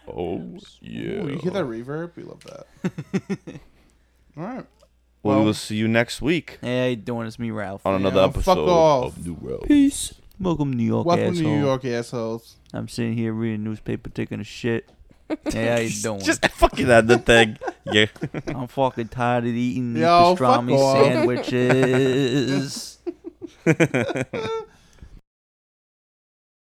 Oh yeah. Ooh, you hear that reverb? We love that. all Well, we right. Well- will see you next week Hey, how you doing? It's me, Ralph. on another Yeah, fuck episode off. of New World. Peace. Welcome, New York Welcome asshole. to New York, assholes. I'm sitting here reading newspaper, taking a (laughs) shit. hey, how you doing? Just (laughs) fucking that the thing. Yeah. I'm fucking tired of eating these Yo, fuck pastrami (laughs) off. sandwiches.